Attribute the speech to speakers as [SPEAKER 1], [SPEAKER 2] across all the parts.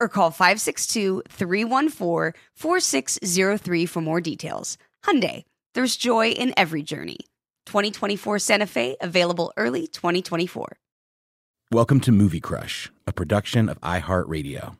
[SPEAKER 1] or call 562-314-4603 for more details. Hyundai, there's joy in every journey. 2024 Santa Fe, available early 2024.
[SPEAKER 2] Welcome to Movie Crush, a production of iHeartRadio.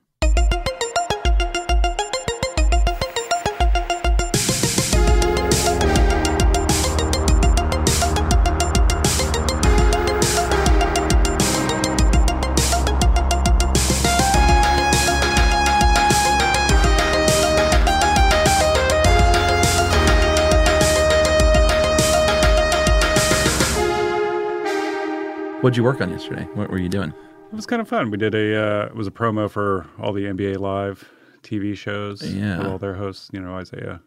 [SPEAKER 3] What'd you work on yesterday? What were you doing?
[SPEAKER 4] It was kind of fun. We did a uh, it was a promo for all the NBA live TV shows.
[SPEAKER 3] Yeah.
[SPEAKER 4] with all their hosts. You know Isaiah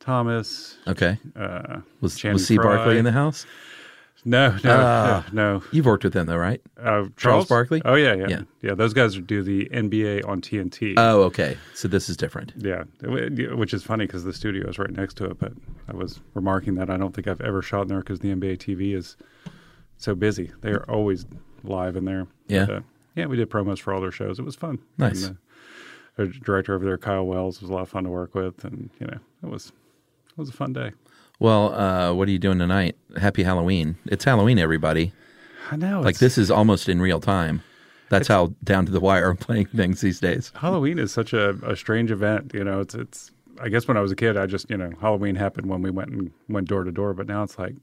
[SPEAKER 4] Thomas.
[SPEAKER 3] Okay.
[SPEAKER 4] Uh,
[SPEAKER 3] Was
[SPEAKER 4] Channing
[SPEAKER 3] was C
[SPEAKER 4] Frye.
[SPEAKER 3] Barkley in the house?
[SPEAKER 4] No, no,
[SPEAKER 3] Ah.
[SPEAKER 4] no.
[SPEAKER 3] You've worked with them though, right?
[SPEAKER 4] no. Uh,
[SPEAKER 3] Charles Barkley?
[SPEAKER 4] Oh yeah, yeah,
[SPEAKER 3] Yeah.
[SPEAKER 4] yeah, Those guys do the NBA on TNT.
[SPEAKER 3] Oh, okay. So this is different.
[SPEAKER 4] yeah, Wh- which is funny because the studio is right next to it. But I was remarking that I don't think I've ever shot in there because the NBA TV is so busy. They are always live in there.
[SPEAKER 3] Yeah.
[SPEAKER 4] But, uh, yeah. We did promos for all their shows. It was fun.
[SPEAKER 3] Nice.
[SPEAKER 4] And the, our director over there, Kyle Wells, was a lot of fun to work with, and you know, it was it was a fun day.
[SPEAKER 3] Well, uh, what are you doing tonight? Happy Halloween! It's Halloween, everybody.
[SPEAKER 4] I know.
[SPEAKER 3] Like
[SPEAKER 4] it's-
[SPEAKER 3] this is almost in real time. That's how down to the wire I'm playing things these days.
[SPEAKER 4] Halloween is such a, a strange event. You know, it's it's. I guess when I was a kid, I just you know Halloween happened when we went and went door to door. But now it's like,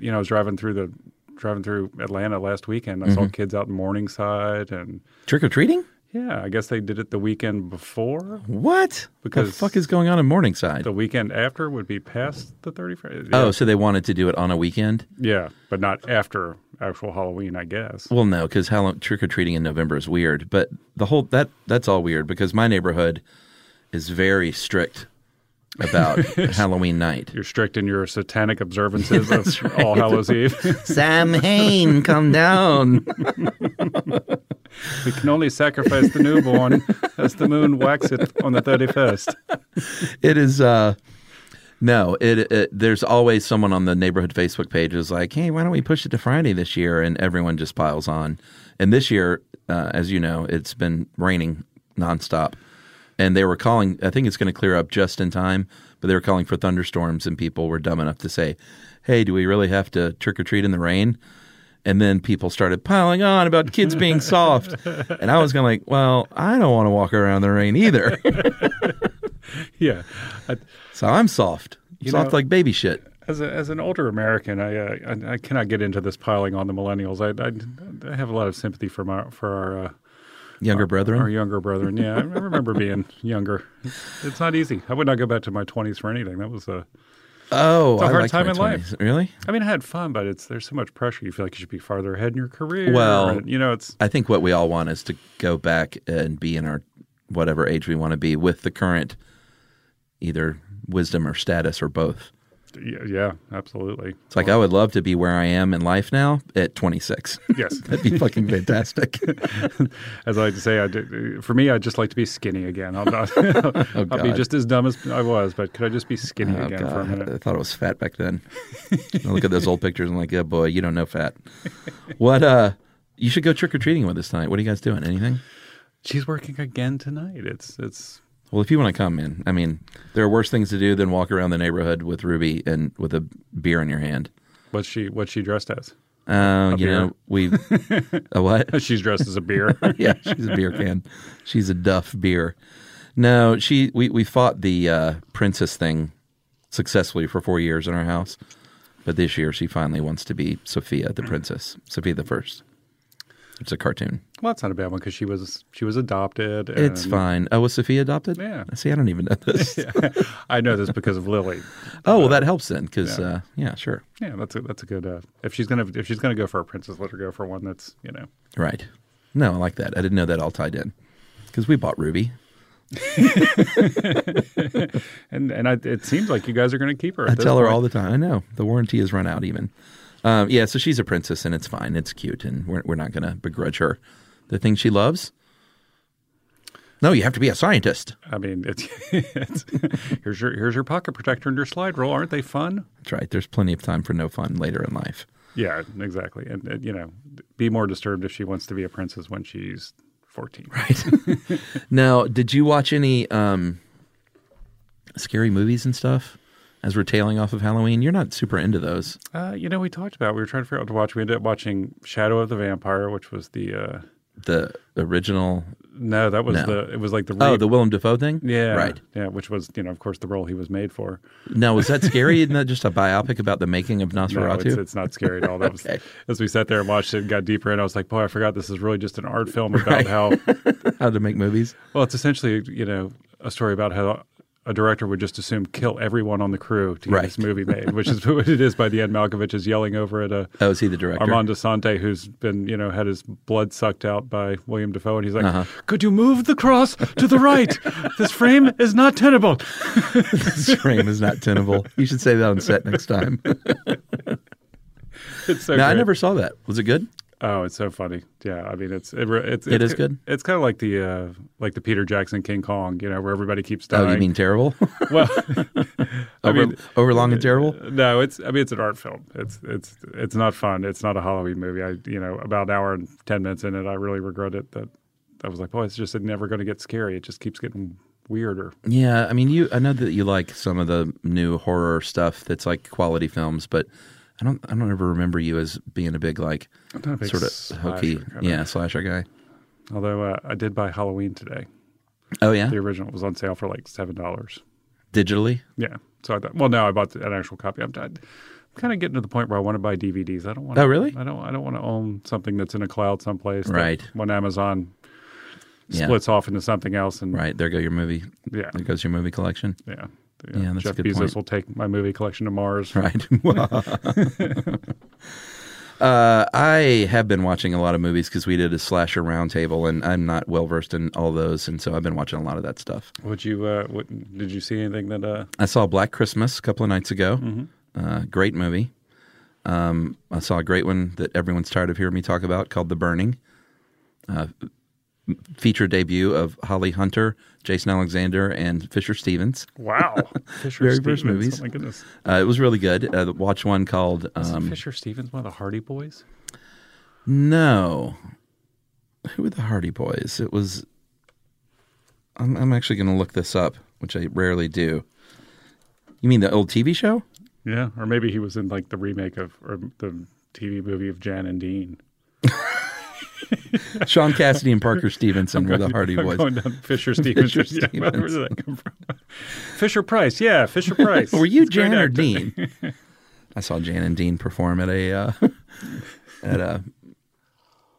[SPEAKER 4] you know, I was driving through the driving through Atlanta last weekend. I
[SPEAKER 3] Mm-hmm.
[SPEAKER 4] saw kids out in Morningside, and
[SPEAKER 3] Trick or treating?
[SPEAKER 4] yeah, I guess they did it the weekend before.
[SPEAKER 3] What? the
[SPEAKER 4] Because-
[SPEAKER 3] fuck is going on in Morningside?
[SPEAKER 4] The weekend after would be past the thirty first.
[SPEAKER 3] Oh, so they wanted to do it on a weekend?
[SPEAKER 4] yeah, but not after actual Halloween, I guess.
[SPEAKER 3] Well, no, because Halloween trick or treating in November is weird. But the whole that that's all weird because my neighborhood is very strict about Halloween night.
[SPEAKER 4] You're strict in your satanic observances of All Hallows Eve.
[SPEAKER 3] Sam Hain, come down.
[SPEAKER 4] we can only sacrifice the newborn as the moon waxeth on the thirty first.
[SPEAKER 3] It is uh no, it, it there's always someone on the neighborhood Facebook page who's like, "Hey, why don't we push it to Friday this year?" and everyone just piles on. And this year, uh, as you know, it's been raining nonstop. And they were calling, I think it's going to clear up just in time, but they were calling for thunderstorms and people were dumb enough to say, "Hey, do we really have to trick or treat in the rain?" And then people started piling on about kids being soft. And I was going like, "Well, I don't want to walk around in the rain either."
[SPEAKER 4] Yeah. I,
[SPEAKER 3] So I'm soft. soft
[SPEAKER 4] know-
[SPEAKER 3] like baby shit.
[SPEAKER 4] as, a, as an older American, I, uh, I I cannot get into this piling on the millennials. I, I, I have a lot of sympathy for my, for our uh,
[SPEAKER 3] Younger brethren.
[SPEAKER 4] our younger brethren. Yeah, I remember being younger. It's, it's not easy. I would not go back to my twenties for anything. That was a.
[SPEAKER 3] oh,
[SPEAKER 4] a
[SPEAKER 3] I
[SPEAKER 4] hard
[SPEAKER 3] liked
[SPEAKER 4] time
[SPEAKER 3] my
[SPEAKER 4] in life.
[SPEAKER 3] 20s. Really?
[SPEAKER 4] I mean, I had fun, but it's there's so much pressure. You feel like you should be farther ahead in your career.
[SPEAKER 3] Well-
[SPEAKER 4] and, you know, it's
[SPEAKER 3] I think what we all want is to go back and be in our whatever age we want to be with the current either wisdom or status or both.
[SPEAKER 4] y- yeah, absolutely.
[SPEAKER 3] It's like I would love to be where I am in life now at 26.
[SPEAKER 4] Yes.
[SPEAKER 3] That'd be fucking fantastic.
[SPEAKER 4] As I like to say, I do, for me, I'd just like to be skinny again. I'll, not, I'll be
[SPEAKER 3] Oh, God.
[SPEAKER 4] just as dumb as I was, but could I just be skinny
[SPEAKER 3] Oh,
[SPEAKER 4] again for a
[SPEAKER 3] God. I
[SPEAKER 4] minute?
[SPEAKER 3] thought it was fat back then. I look at those old pictures. I'm like, yeah, boy, you don't know fat. What? uh You should go trick or treating with us tonight. What are you guys doing? Anything?
[SPEAKER 4] She's working again tonight. It's it's
[SPEAKER 3] Well, if you want to come in, I mean, there are worse things to do than walk around the neighborhood with Ruby and with a beer in your hand.
[SPEAKER 4] what's she what's she dressed as?
[SPEAKER 3] Uh, you
[SPEAKER 4] beer.
[SPEAKER 3] know, we a what?
[SPEAKER 4] She's dressed as a beer.
[SPEAKER 3] yeah, she's a beer can. She's a Duff beer. No, she we we fought the uh, princess thing successfully for four years in our house, but this year she finally wants to be Sophia the princess, Sophia the first. It's a cartoon.
[SPEAKER 4] well, that's not a bad one because she was she was adopted. And
[SPEAKER 3] It's fine. Oh, was Sophia adopted?
[SPEAKER 4] Yeah.
[SPEAKER 3] See, I don't even know this.
[SPEAKER 4] I know this because of Lily.
[SPEAKER 3] Oh well, that helps then, because uh, yeah, sure,
[SPEAKER 4] Yeah, that's a that's a good. Uh, if she's gonna if she's gonna go for a princess, let her go for one that's you know.
[SPEAKER 3] right. No, I like that. I didn't know that all tied in, because we bought Ruby.
[SPEAKER 4] And and I, it seems like you guys are gonna keep her. At
[SPEAKER 3] I
[SPEAKER 4] this
[SPEAKER 3] tell her
[SPEAKER 4] point.
[SPEAKER 3] all the time. I know the warranty has run out. Even, um, yeah. So she's a princess, and it's fine. It's cute, and we're we're not going to begrudge her the thing she loves. No, you have to be a scientist.
[SPEAKER 4] I mean, it's, it's here's your here's your pocket protector and your slide rule. Aren't they fun?
[SPEAKER 3] That's right. There's plenty of time for no fun later in life.
[SPEAKER 4] Yeah, exactly. And, and you know, be more disturbed if she wants to be a princess when she's fourteen.
[SPEAKER 3] Right. now, did you watch any um, scary movies and stuff? As we're tailing off of Halloween, you're not super into those.
[SPEAKER 4] Uh, you know, we talked about we were trying to figure out what to watch. We ended up watching Shadow of the Vampire, which was the uh,
[SPEAKER 3] The original,
[SPEAKER 4] no, that was
[SPEAKER 3] No.
[SPEAKER 4] the it was like the
[SPEAKER 3] oh,
[SPEAKER 4] re-
[SPEAKER 3] the Willem Dafoe thing,
[SPEAKER 4] yeah
[SPEAKER 3] right.
[SPEAKER 4] yeah, which was you know of course the role he was made for.
[SPEAKER 3] Now, was that scary? Isn't that just a biopic about the making of
[SPEAKER 4] No,
[SPEAKER 3] Nosferatu?
[SPEAKER 4] it's, it's not scary at all. That was,
[SPEAKER 3] Okay.
[SPEAKER 4] as we sat there and watched it and got deeper in, I was like, boy, I forgot this is really just an art film about how,
[SPEAKER 3] How to make movies?
[SPEAKER 4] well, it's essentially, you know, a story about how a director would just assume kill everyone on the crew to get this
[SPEAKER 3] Right.
[SPEAKER 4] movie made, which is what it is by the end. Malkovich is yelling over at a.
[SPEAKER 3] Oh, is he the director?
[SPEAKER 4] Armand DeSante, who's been, you know, had his blood sucked out by William Defoe, and he's like,
[SPEAKER 3] Uh-huh.
[SPEAKER 4] "Could you move the cross to the right? this frame is not tenable."
[SPEAKER 3] This frame is not tenable. You should say that on set next time. no,
[SPEAKER 4] It's so
[SPEAKER 3] I
[SPEAKER 4] great.
[SPEAKER 3] never saw that. Was it good?
[SPEAKER 4] Oh, it's so funny. Yeah, I mean, it's it, re- it's, it's
[SPEAKER 3] It is good?
[SPEAKER 4] It's kind of like the uh, like the Peter Jackson King Kong, you know, where everybody keeps dying.
[SPEAKER 3] Oh, you mean terrible?
[SPEAKER 4] well, I
[SPEAKER 3] over,
[SPEAKER 4] mean, uh,
[SPEAKER 3] over long and terrible?
[SPEAKER 4] no, it's I mean, it's an art film. It's it's it's not fun. It's not a Halloween movie. I you know, about an hour and ten minutes in it, I really regret it that I was like, boy, it's just never going to get scary. It just keeps getting weirder.
[SPEAKER 3] Yeah, I mean, you. I know that you like some of the new horror stuff that's like quality films, but I don't. I don't ever remember you as being a big like
[SPEAKER 4] not a big
[SPEAKER 3] sort of
[SPEAKER 4] slasher
[SPEAKER 3] hokey,
[SPEAKER 4] kind of-
[SPEAKER 3] yeah, slasher guy.
[SPEAKER 4] Although uh, I did buy Halloween today.
[SPEAKER 3] Oh yeah,
[SPEAKER 4] The original was on sale for like seven dollars.
[SPEAKER 3] digitally.
[SPEAKER 4] Yeah. So I thought, well, no, I bought an actual copy. I'm, I'm kind of getting to the point where I want to buy DVDs. I don't want.
[SPEAKER 3] Oh, really?
[SPEAKER 4] I don't. I don't want to own something that's in a cloud someplace. that
[SPEAKER 3] Right.
[SPEAKER 4] When Amazon
[SPEAKER 3] Yeah.
[SPEAKER 4] splits off into something else, and
[SPEAKER 3] Right there, go your movie.
[SPEAKER 4] Yeah.
[SPEAKER 3] there goes your movie collection.
[SPEAKER 4] yeah,
[SPEAKER 3] Yeah, that's a
[SPEAKER 4] Jeff
[SPEAKER 3] good
[SPEAKER 4] Bezos
[SPEAKER 3] point.
[SPEAKER 4] will take my movie collection to Mars.
[SPEAKER 3] Right. uh, I have been watching a lot of movies because we did a slasher roundtable, and I'm not well versed in all those, and so I've been watching a lot of that stuff.
[SPEAKER 4] Would you? Uh, what, did you see anything that? Uh,
[SPEAKER 3] I saw Black Christmas a couple of nights ago.
[SPEAKER 4] Mm-hmm.
[SPEAKER 3] Uh, great movie. Um, I saw a great one that everyone's tired of hearing me talk about called The Burning. Uh, feature debut of Holly Hunter, Jason Alexander, and Fisher Stevens.
[SPEAKER 4] wow, Fisher
[SPEAKER 3] Very
[SPEAKER 4] Stevens.
[SPEAKER 3] first movies.
[SPEAKER 4] Oh my goodness,
[SPEAKER 3] Uh, it was really good. Uh, watch one called
[SPEAKER 4] Is
[SPEAKER 3] um,
[SPEAKER 4] Fisher Stevens one of the Hardy Boys?
[SPEAKER 3] No. Who were the Hardy Boys? It was. I'm, I'm actually going to look this up, which I rarely do. You mean the old TV show?
[SPEAKER 4] Yeah, or maybe he was in like the remake of or the TV movie of Jan and Dean.
[SPEAKER 3] Sean Cassidy and Parker Stevenson were the
[SPEAKER 4] I'm
[SPEAKER 3] Hardy Boys.
[SPEAKER 4] Going down Fisher Stevens.
[SPEAKER 3] Fisher
[SPEAKER 4] Yeah, where
[SPEAKER 3] Stevens.
[SPEAKER 4] did that come from? Fisher Price. Yeah, Fisher Price.
[SPEAKER 3] Were you
[SPEAKER 4] He's a great
[SPEAKER 3] Jan or
[SPEAKER 4] actor.
[SPEAKER 3] Dean? I saw Jan and Dean perform at a uh, at a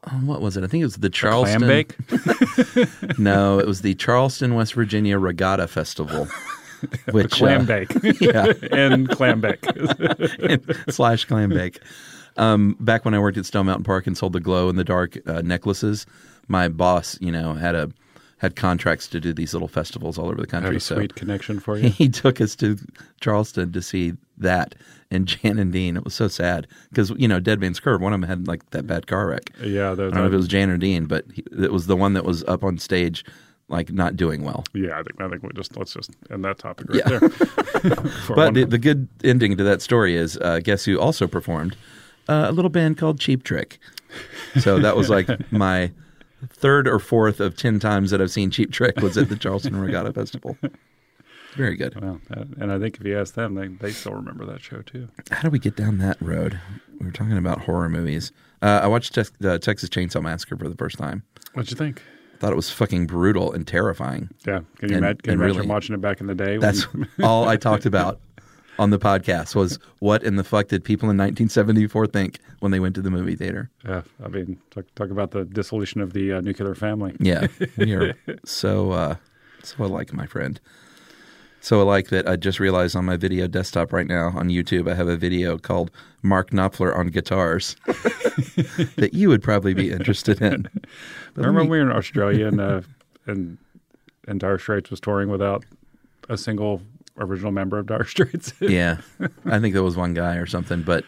[SPEAKER 3] um, what was it? I think it was the Charleston.
[SPEAKER 4] Clam bake.
[SPEAKER 3] No, it was the Charleston, West Virginia Regatta Festival. Which
[SPEAKER 4] Clam
[SPEAKER 3] uh,
[SPEAKER 4] bake.
[SPEAKER 3] yeah.
[SPEAKER 4] and clam bake.
[SPEAKER 3] slash clam bake. Um, back when I worked at Stone Mountain Park and sold the glow in the dark uh, necklaces, my boss, you know, had a had contracts to do these little festivals all over the
[SPEAKER 4] I have
[SPEAKER 3] country.
[SPEAKER 4] a
[SPEAKER 3] So
[SPEAKER 4] sweet connection for you.
[SPEAKER 3] he took us to Charleston to see that and Jan and Dean. It was so sad because you know Dead Man's Curve. One of them had like that bad car wreck.
[SPEAKER 4] Yeah, the-
[SPEAKER 3] I don't know if
[SPEAKER 4] the-
[SPEAKER 3] it was Jan or Dean, but he, it was the one that was up on stage, like not doing well.
[SPEAKER 4] Yeah, I think I think we just let's just end that topic right
[SPEAKER 3] Yeah.
[SPEAKER 4] there. For
[SPEAKER 3] But
[SPEAKER 4] one-
[SPEAKER 3] the, the good ending to that story is uh, guess who also performed? Uh, a little band called Cheap Trick. So that was like my third or fourth of 10 times that I've seen Cheap Trick was at the Charleston Regatta Festival. Very good.
[SPEAKER 4] Well, and and I think if you ask them, they, they still remember that show too.
[SPEAKER 3] How do we get down that road? We were talking about horror movies. Uh, I watched Tex the Texas Chainsaw Massacre for the first time.
[SPEAKER 4] What'd you think?
[SPEAKER 3] Thought it was fucking brutal and terrifying.
[SPEAKER 4] Yeah, can you,
[SPEAKER 3] And-
[SPEAKER 4] ima- can you
[SPEAKER 3] and
[SPEAKER 4] imagine
[SPEAKER 3] really-
[SPEAKER 4] watching it back in the day?
[SPEAKER 3] That's
[SPEAKER 4] when-
[SPEAKER 3] all I talked about on the podcast was what in the fuck did people in 1974 think when they went to the movie theater?
[SPEAKER 4] yeah, I mean, talk, talk about the dissolution of the uh, nuclear family.
[SPEAKER 3] Yeah, we are so uh, so alike, my friend. So alike that I just realized on my video desktop right now on YouTube, I have a video called "Mark Knopfler on Guitars" that you would probably be interested in. But let
[SPEAKER 4] Remember when
[SPEAKER 3] me-
[SPEAKER 4] we were in Australia and uh, and and Dire Straits was touring without a single original member of Dire Straits.
[SPEAKER 3] yeah, I think there was one guy or something, but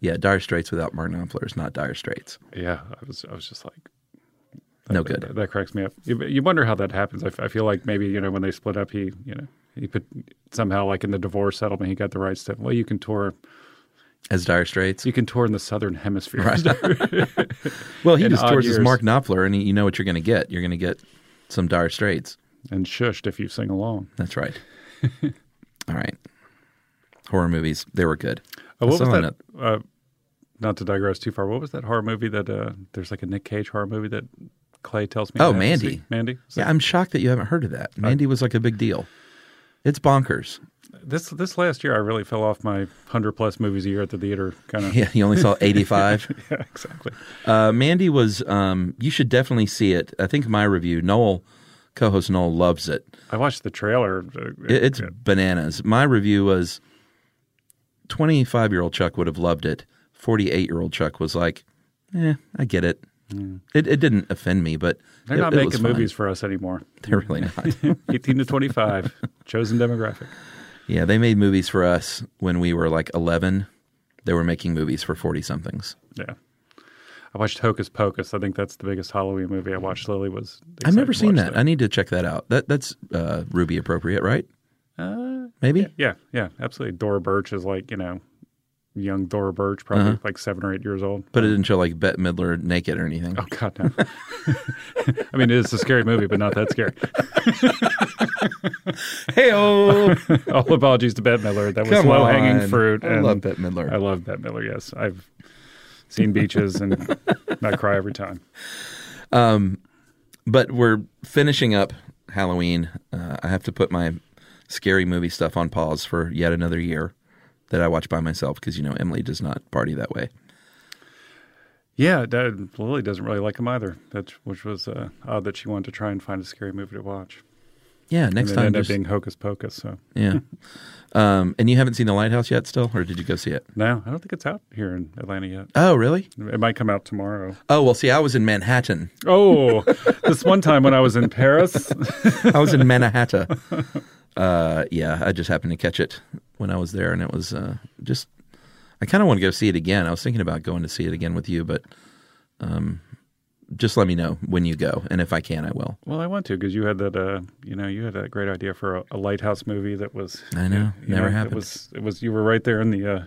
[SPEAKER 3] yeah, Dire Straits without Mark Knopfler is not Dire Straits.
[SPEAKER 4] yeah, I was I was just like,
[SPEAKER 3] No
[SPEAKER 4] that,
[SPEAKER 3] good.
[SPEAKER 4] That, cracks me up. You, you wonder how that happens. I, f- I feel like maybe you know when they split up, he you know he put somehow like in the divorce settlement, he got the rights to well, you can tour,
[SPEAKER 3] As Dire Straits,
[SPEAKER 4] you can tour in the southern hemisphere.
[SPEAKER 3] well, he
[SPEAKER 4] in
[SPEAKER 3] just
[SPEAKER 4] odd
[SPEAKER 3] tours as
[SPEAKER 4] years.
[SPEAKER 3] Mark Knopfler, and you know what you're going to get. You're going to get some Dire Straits.
[SPEAKER 4] and shushed if you sing along.
[SPEAKER 3] That's right. All right. Horror movies, they were good. I
[SPEAKER 4] Oh, what was
[SPEAKER 3] saw
[SPEAKER 4] that? Uh, not to digress too far. What was that horror movie that uh, there's like a Nick Cage horror movie that Clay tells me?
[SPEAKER 3] Oh,
[SPEAKER 4] I have to
[SPEAKER 3] Mandy.
[SPEAKER 4] see? Mandy. Is
[SPEAKER 3] Yeah,
[SPEAKER 4] that-
[SPEAKER 3] I'm shocked that you haven't heard of that. Mandy was like a big deal. It's bonkers.
[SPEAKER 4] this this last year I really fell off my hundred plus movies a year at the theater kind of.
[SPEAKER 3] Yeah, you only saw 85.
[SPEAKER 4] yeah, exactly.
[SPEAKER 3] Uh, Mandy was, um, you should definitely see it. I think my review, Noel, co host Noel, loves it.
[SPEAKER 4] I watched the trailer. uh,
[SPEAKER 3] It- It's bananas. My review was 25 year old Chuck would have loved it. 48 year old Chuck was like, eh, I get it. It, it didn't offend me, but
[SPEAKER 4] Hmm. They're
[SPEAKER 3] it-
[SPEAKER 4] not
[SPEAKER 3] it was
[SPEAKER 4] making
[SPEAKER 3] fine.
[SPEAKER 4] movies for us anymore.
[SPEAKER 3] They're really not.
[SPEAKER 4] 18 to 25, chosen demographic.
[SPEAKER 3] Yeah, they made movies for us when we were like 11. They were making movies for 40 somethings.
[SPEAKER 4] Yeah. I watched Hocus Pocus. I think that's the biggest Halloween movie I watched. Lily was.
[SPEAKER 3] I've never
[SPEAKER 4] excited to
[SPEAKER 3] seen
[SPEAKER 4] watch
[SPEAKER 3] that. I need to check that out. That that's uh, Ruby appropriate, right? Uh, Maybe.
[SPEAKER 4] Yeah, yeah, absolutely. Dora Birch is like, you know, young Dora Birch, probably
[SPEAKER 3] Uh-huh.
[SPEAKER 4] like seven or eight years old.
[SPEAKER 3] But it didn't show like Bette Midler naked or anything.
[SPEAKER 4] Oh, God, no. I mean, it's a scary movie, but not that scary.
[SPEAKER 3] Hey, oh,
[SPEAKER 4] All apologies to Bette Midler. That was
[SPEAKER 3] Come
[SPEAKER 4] low hanging
[SPEAKER 3] on.
[SPEAKER 4] fruit.
[SPEAKER 3] I love Bette Midler.
[SPEAKER 4] I love Bette Midler, yes. I've seen Beaches and I cry every time.
[SPEAKER 3] Um, but we're finishing up Halloween. Uh, I have to put my scary movie stuff on pause for yet another year that I watch by myself because you know Emily does not party that way.
[SPEAKER 4] Yeah, Dad, Lily doesn't really like him either. That which was uh, odd that she wanted to try and find a scary movie to watch.
[SPEAKER 3] Yeah,
[SPEAKER 4] And
[SPEAKER 3] next
[SPEAKER 4] it
[SPEAKER 3] time.
[SPEAKER 4] ended
[SPEAKER 3] just-
[SPEAKER 4] up being Hocus Pocus. So
[SPEAKER 3] yeah. um, and you haven't seen the lighthouse yet, still, or did you go see it?
[SPEAKER 4] no, I don't think it's out here in Atlanta yet.
[SPEAKER 3] Oh, really?
[SPEAKER 4] It might come out tomorrow.
[SPEAKER 3] Oh, well, see, I was in Manhattan.
[SPEAKER 4] Oh, this one time when I was in Paris,
[SPEAKER 3] I was in Manhattan. Uh, yeah, I just happened to catch it when I was there, and it was uh, just. I kind of want to go see it again. I was thinking about going to see it again with you, but um, just let me know when you go, and if I can, I will.
[SPEAKER 4] well, I want to because you had that. Uh, you know, you had that great idea for a, a lighthouse movie that was.
[SPEAKER 3] I know,
[SPEAKER 4] you
[SPEAKER 3] never
[SPEAKER 4] know,
[SPEAKER 3] happened.
[SPEAKER 4] It was. It was. You were right there in the. Uh,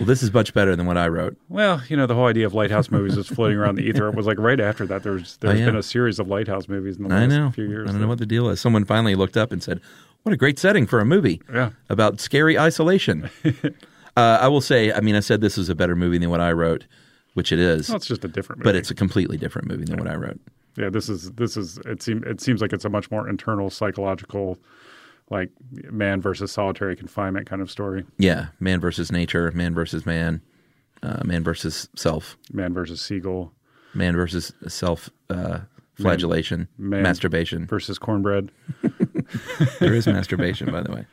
[SPEAKER 3] Well, this is much better than what I wrote.
[SPEAKER 4] well, you know, the whole idea of lighthouse movies was floating around the ether. It was like right after that. There's
[SPEAKER 3] Oh,
[SPEAKER 4] there's
[SPEAKER 3] yeah.
[SPEAKER 4] been a series of lighthouse movies in the
[SPEAKER 3] I
[SPEAKER 4] last
[SPEAKER 3] know.
[SPEAKER 4] few years.
[SPEAKER 3] I don't know what the deal is. Someone finally looked up and said, "What a great setting for a movie
[SPEAKER 4] Yeah.
[SPEAKER 3] about scary isolation." uh, I will say, I mean, I said this was a better movie than what I wrote, which it is.
[SPEAKER 4] Well, it's just a different. Movie.
[SPEAKER 3] but it's a completely different movie than what I wrote.
[SPEAKER 4] yeah this is this is it seems it seems like it's a much more internal psychological like man versus solitary confinement kind of story
[SPEAKER 3] Yeah, man versus nature, man versus man, uh, man versus self,
[SPEAKER 4] man versus seagull
[SPEAKER 3] man versus self uh, flagellation,
[SPEAKER 4] man
[SPEAKER 3] masturbation.
[SPEAKER 4] versus cornbread
[SPEAKER 3] there is masturbation, by the way.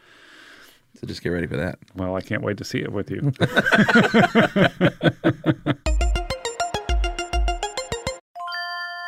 [SPEAKER 3] So just get ready for that.
[SPEAKER 4] well i can't wait to see it with you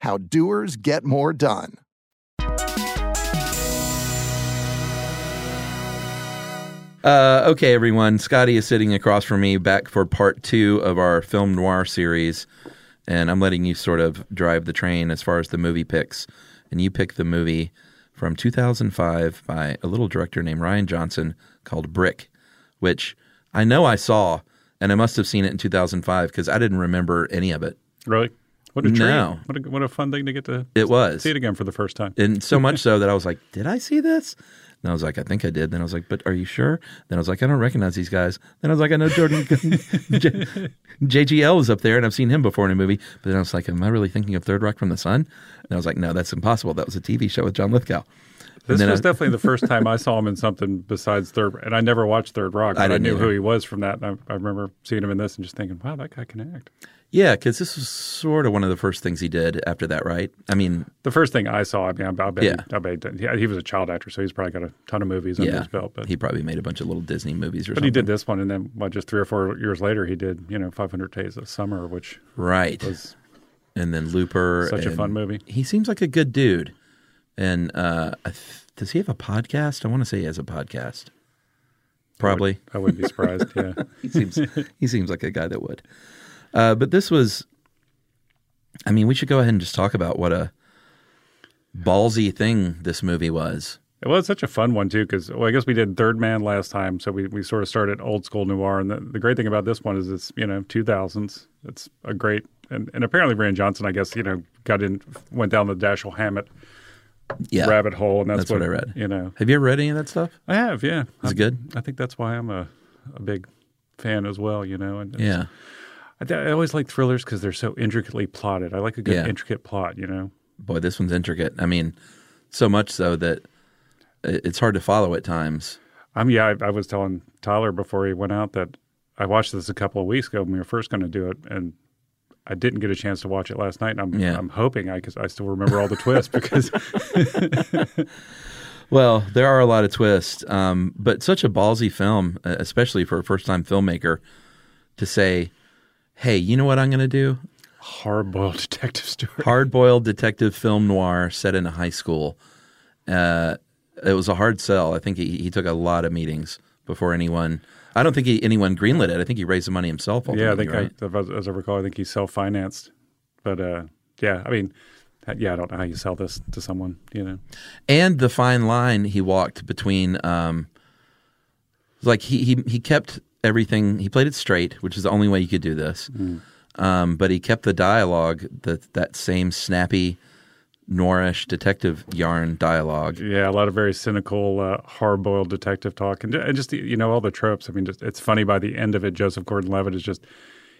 [SPEAKER 5] How doers get more done.
[SPEAKER 3] Uh, okay, everyone. Scotty is sitting across from me back for part two of our film noir series. And I'm letting you sort of drive the train as far as the movie picks. And you pick the movie from 2005 by a little director named Ryan Johnson called Brick, which I know I saw, and I must have seen it in 2005 because I didn't remember any of it.
[SPEAKER 4] Really? What a treat.
[SPEAKER 3] No.
[SPEAKER 4] What a, what a fun thing to get to
[SPEAKER 3] It was.
[SPEAKER 4] see it again for the first time.
[SPEAKER 3] And so much so that I was like, did I see this? And I was like, I think I did. Then I was like, but are you sure? Then I was like, I don't recognize these guys. Then I was like, I know Jordan J- JGL was up there and I've seen him before in a movie. But then I was like, am I really thinking of Third Rock from the Sun? And I was like, no, that's impossible. That was a TV show with John Lithgow. And
[SPEAKER 4] This
[SPEAKER 3] then
[SPEAKER 4] was
[SPEAKER 3] I-
[SPEAKER 4] definitely the first time I saw him in something besides Third, and I never watched Third Rock.
[SPEAKER 3] I
[SPEAKER 4] But I,
[SPEAKER 3] didn't
[SPEAKER 4] knew who
[SPEAKER 3] either.
[SPEAKER 4] he was from that. And I, I remember seeing him in this and just thinking, "Wow, that guy can act."
[SPEAKER 3] Yeah, because this was sort of one of the first things he did after that, right? I mean,
[SPEAKER 4] The first thing I saw, I mean, I, I bet,
[SPEAKER 3] Yeah.
[SPEAKER 4] he, I bet he, did- he, he was a child actor, so he's probably got a ton of movies under
[SPEAKER 3] Yeah.
[SPEAKER 4] his belt. But
[SPEAKER 3] he probably made a bunch of little Disney movies or
[SPEAKER 4] but
[SPEAKER 3] something.
[SPEAKER 4] he did this one, and then what, just three or four years later, he did you know 500 Days of Summer, which
[SPEAKER 3] Right. and then Looper.
[SPEAKER 4] Such a
[SPEAKER 3] and
[SPEAKER 4] fun movie.
[SPEAKER 3] He seems like a good dude. And uh, I th- does he have a podcast? I want to say he has a podcast. Probably.
[SPEAKER 4] I wouldn't be surprised. Yeah.
[SPEAKER 3] he seems he seems like a guy that would. Uh, but this was I mean, we should go ahead and just talk about what a ballsy thing this movie was.
[SPEAKER 4] Well, it's such a fun one too, because well, I guess we did Third Man last time, so we, we sort of started old school noir, and the, the great thing about this one is it's you know two thousands. It's a great and, and apparently Rand Johnson, I guess you know got in went down the Dashiell Hammett
[SPEAKER 3] Yeah.
[SPEAKER 4] rabbit hole, and that's,
[SPEAKER 3] That's what I read.
[SPEAKER 4] You know,
[SPEAKER 3] Have you ever read any of that stuff?
[SPEAKER 4] I have, yeah.
[SPEAKER 3] Is
[SPEAKER 4] I'm-
[SPEAKER 3] it good?
[SPEAKER 4] I think that's why I'm a, a big fan as well. You know, and it's-
[SPEAKER 3] Yeah.
[SPEAKER 4] I, th- I always like thrillers because they're so intricately plotted. I like a good
[SPEAKER 3] Yeah.
[SPEAKER 4] intricate plot. You know,
[SPEAKER 3] Boy, this one's intricate. I mean, so much so that i- it's hard to follow at times.
[SPEAKER 4] I'm Um, yeah. I, I was telling Tyler before he went out that I watched this a couple of weeks ago when we were first going to do it, and I didn't get a chance to watch it last night. And I'm
[SPEAKER 3] Yeah.
[SPEAKER 4] I'm hoping I because I still remember all the twists because
[SPEAKER 3] Well, there are a lot of twists, um, but such a ballsy film, uh, especially for a first-time filmmaker, to say, "Hey, you know what I'm going to do?
[SPEAKER 4] hardboiled detective story.
[SPEAKER 3] Hard-boiled detective film noir set in a high school." Uh, it was a hard sell. I think he, he took a lot of meetings before anyone. I don't think he, anyone greenlit it. I think he raised the money himself.
[SPEAKER 4] yeah, I
[SPEAKER 3] ultimately,
[SPEAKER 4] think
[SPEAKER 3] right?
[SPEAKER 4] I, if I- as I recall, I think he's self financed. But uh, yeah, I mean, yeah, I don't know how you sell this to someone, you know.
[SPEAKER 3] and the fine line he walked between um it's like he he he kept everything he played it straight which is the only way you could do this
[SPEAKER 6] Mm.
[SPEAKER 3] um but he kept the dialogue that that same snappy noirish detective yarn dialogue
[SPEAKER 4] Yeah, a lot of very cynical, uh, hard-boiled detective talk, and, and just the- you know all the tropes. I mean, just, it's funny by the end of it, Joseph Gordon-Levitt is just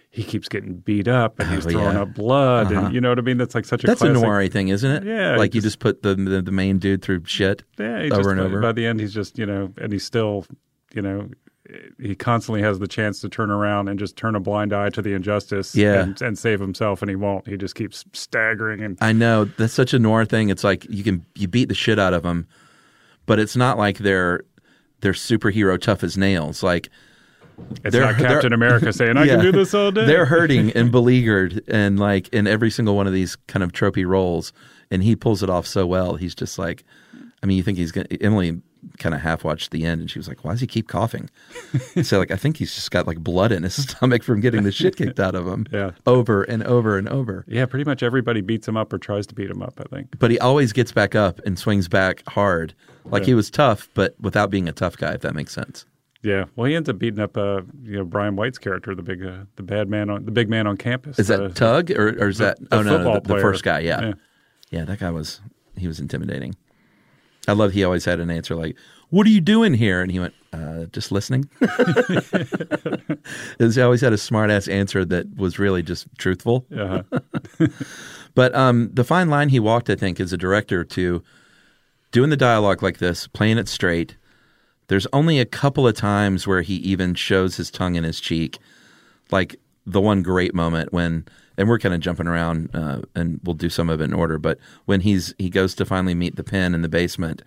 [SPEAKER 4] he keeps getting beat up and he's
[SPEAKER 3] Oh,
[SPEAKER 4] throwing
[SPEAKER 3] yeah.
[SPEAKER 4] up blood,
[SPEAKER 3] Uh-huh.
[SPEAKER 4] and you know what I mean. That's like such a
[SPEAKER 3] that's a
[SPEAKER 4] classic-
[SPEAKER 3] noir thing isn't it
[SPEAKER 4] Yeah,
[SPEAKER 3] like
[SPEAKER 4] he
[SPEAKER 3] you just put the, the the main dude through shit
[SPEAKER 4] Yeah, he
[SPEAKER 3] over
[SPEAKER 4] just,
[SPEAKER 3] and
[SPEAKER 4] by-
[SPEAKER 3] over
[SPEAKER 4] By the end, he's just you know, and he's still you know, he constantly has the chance to turn around and just turn a blind eye to the injustice,
[SPEAKER 3] Yeah.
[SPEAKER 4] and, and save himself, and he won't. He just keeps staggering and
[SPEAKER 3] I know that's such a noir thing. It's like you can you beat the shit out of them, but it's not like they're they're superhero tough as nails. Like
[SPEAKER 4] It's not Captain America saying, "I can do this all day."
[SPEAKER 3] They're hurting and beleaguered, and like in every single one of these kind of tropey roles, and he pulls it off so well. He's just like, I mean, you think he's gonna Emily kind of half watched the end, and she was like, "Why does he keep coughing?" so like, I think he's just got like blood in his stomach from getting the shit kicked out of him,
[SPEAKER 4] Yeah.
[SPEAKER 3] over and over and over.
[SPEAKER 4] yeah, pretty much everybody beats him up or tries to beat him up. I think.
[SPEAKER 3] But he always gets back up and swings back hard. Like
[SPEAKER 4] Yeah.
[SPEAKER 3] he was tough, but without being a tough guy, if that makes sense.
[SPEAKER 4] Yeah, well, he ends up beating up uh, you know Brian White's character, the big uh, the bad man on the big man on campus.
[SPEAKER 3] Is that
[SPEAKER 4] uh,
[SPEAKER 3] Tug or, or is
[SPEAKER 4] the-
[SPEAKER 3] that
[SPEAKER 4] the
[SPEAKER 3] oh no, no,
[SPEAKER 4] football
[SPEAKER 3] the, the
[SPEAKER 4] player.
[SPEAKER 3] first guy? Yeah. yeah, that guy was he was intimidating. I love he always had an answer like, "What are you doing here?" And he went, uh, "Just listening." he always had a smart ass answer that was really just truthful.
[SPEAKER 4] Yeah. Uh-huh.
[SPEAKER 3] but um, the fine line he walked, I think, as a director to doing the dialogue like this, playing it straight. There's only a couple of times where he even shows his tongue in his cheek, like the one great moment when, and we're kind of jumping around, uh, and we'll do some of it in order. But when he's he goes to finally meet the pen in the basement,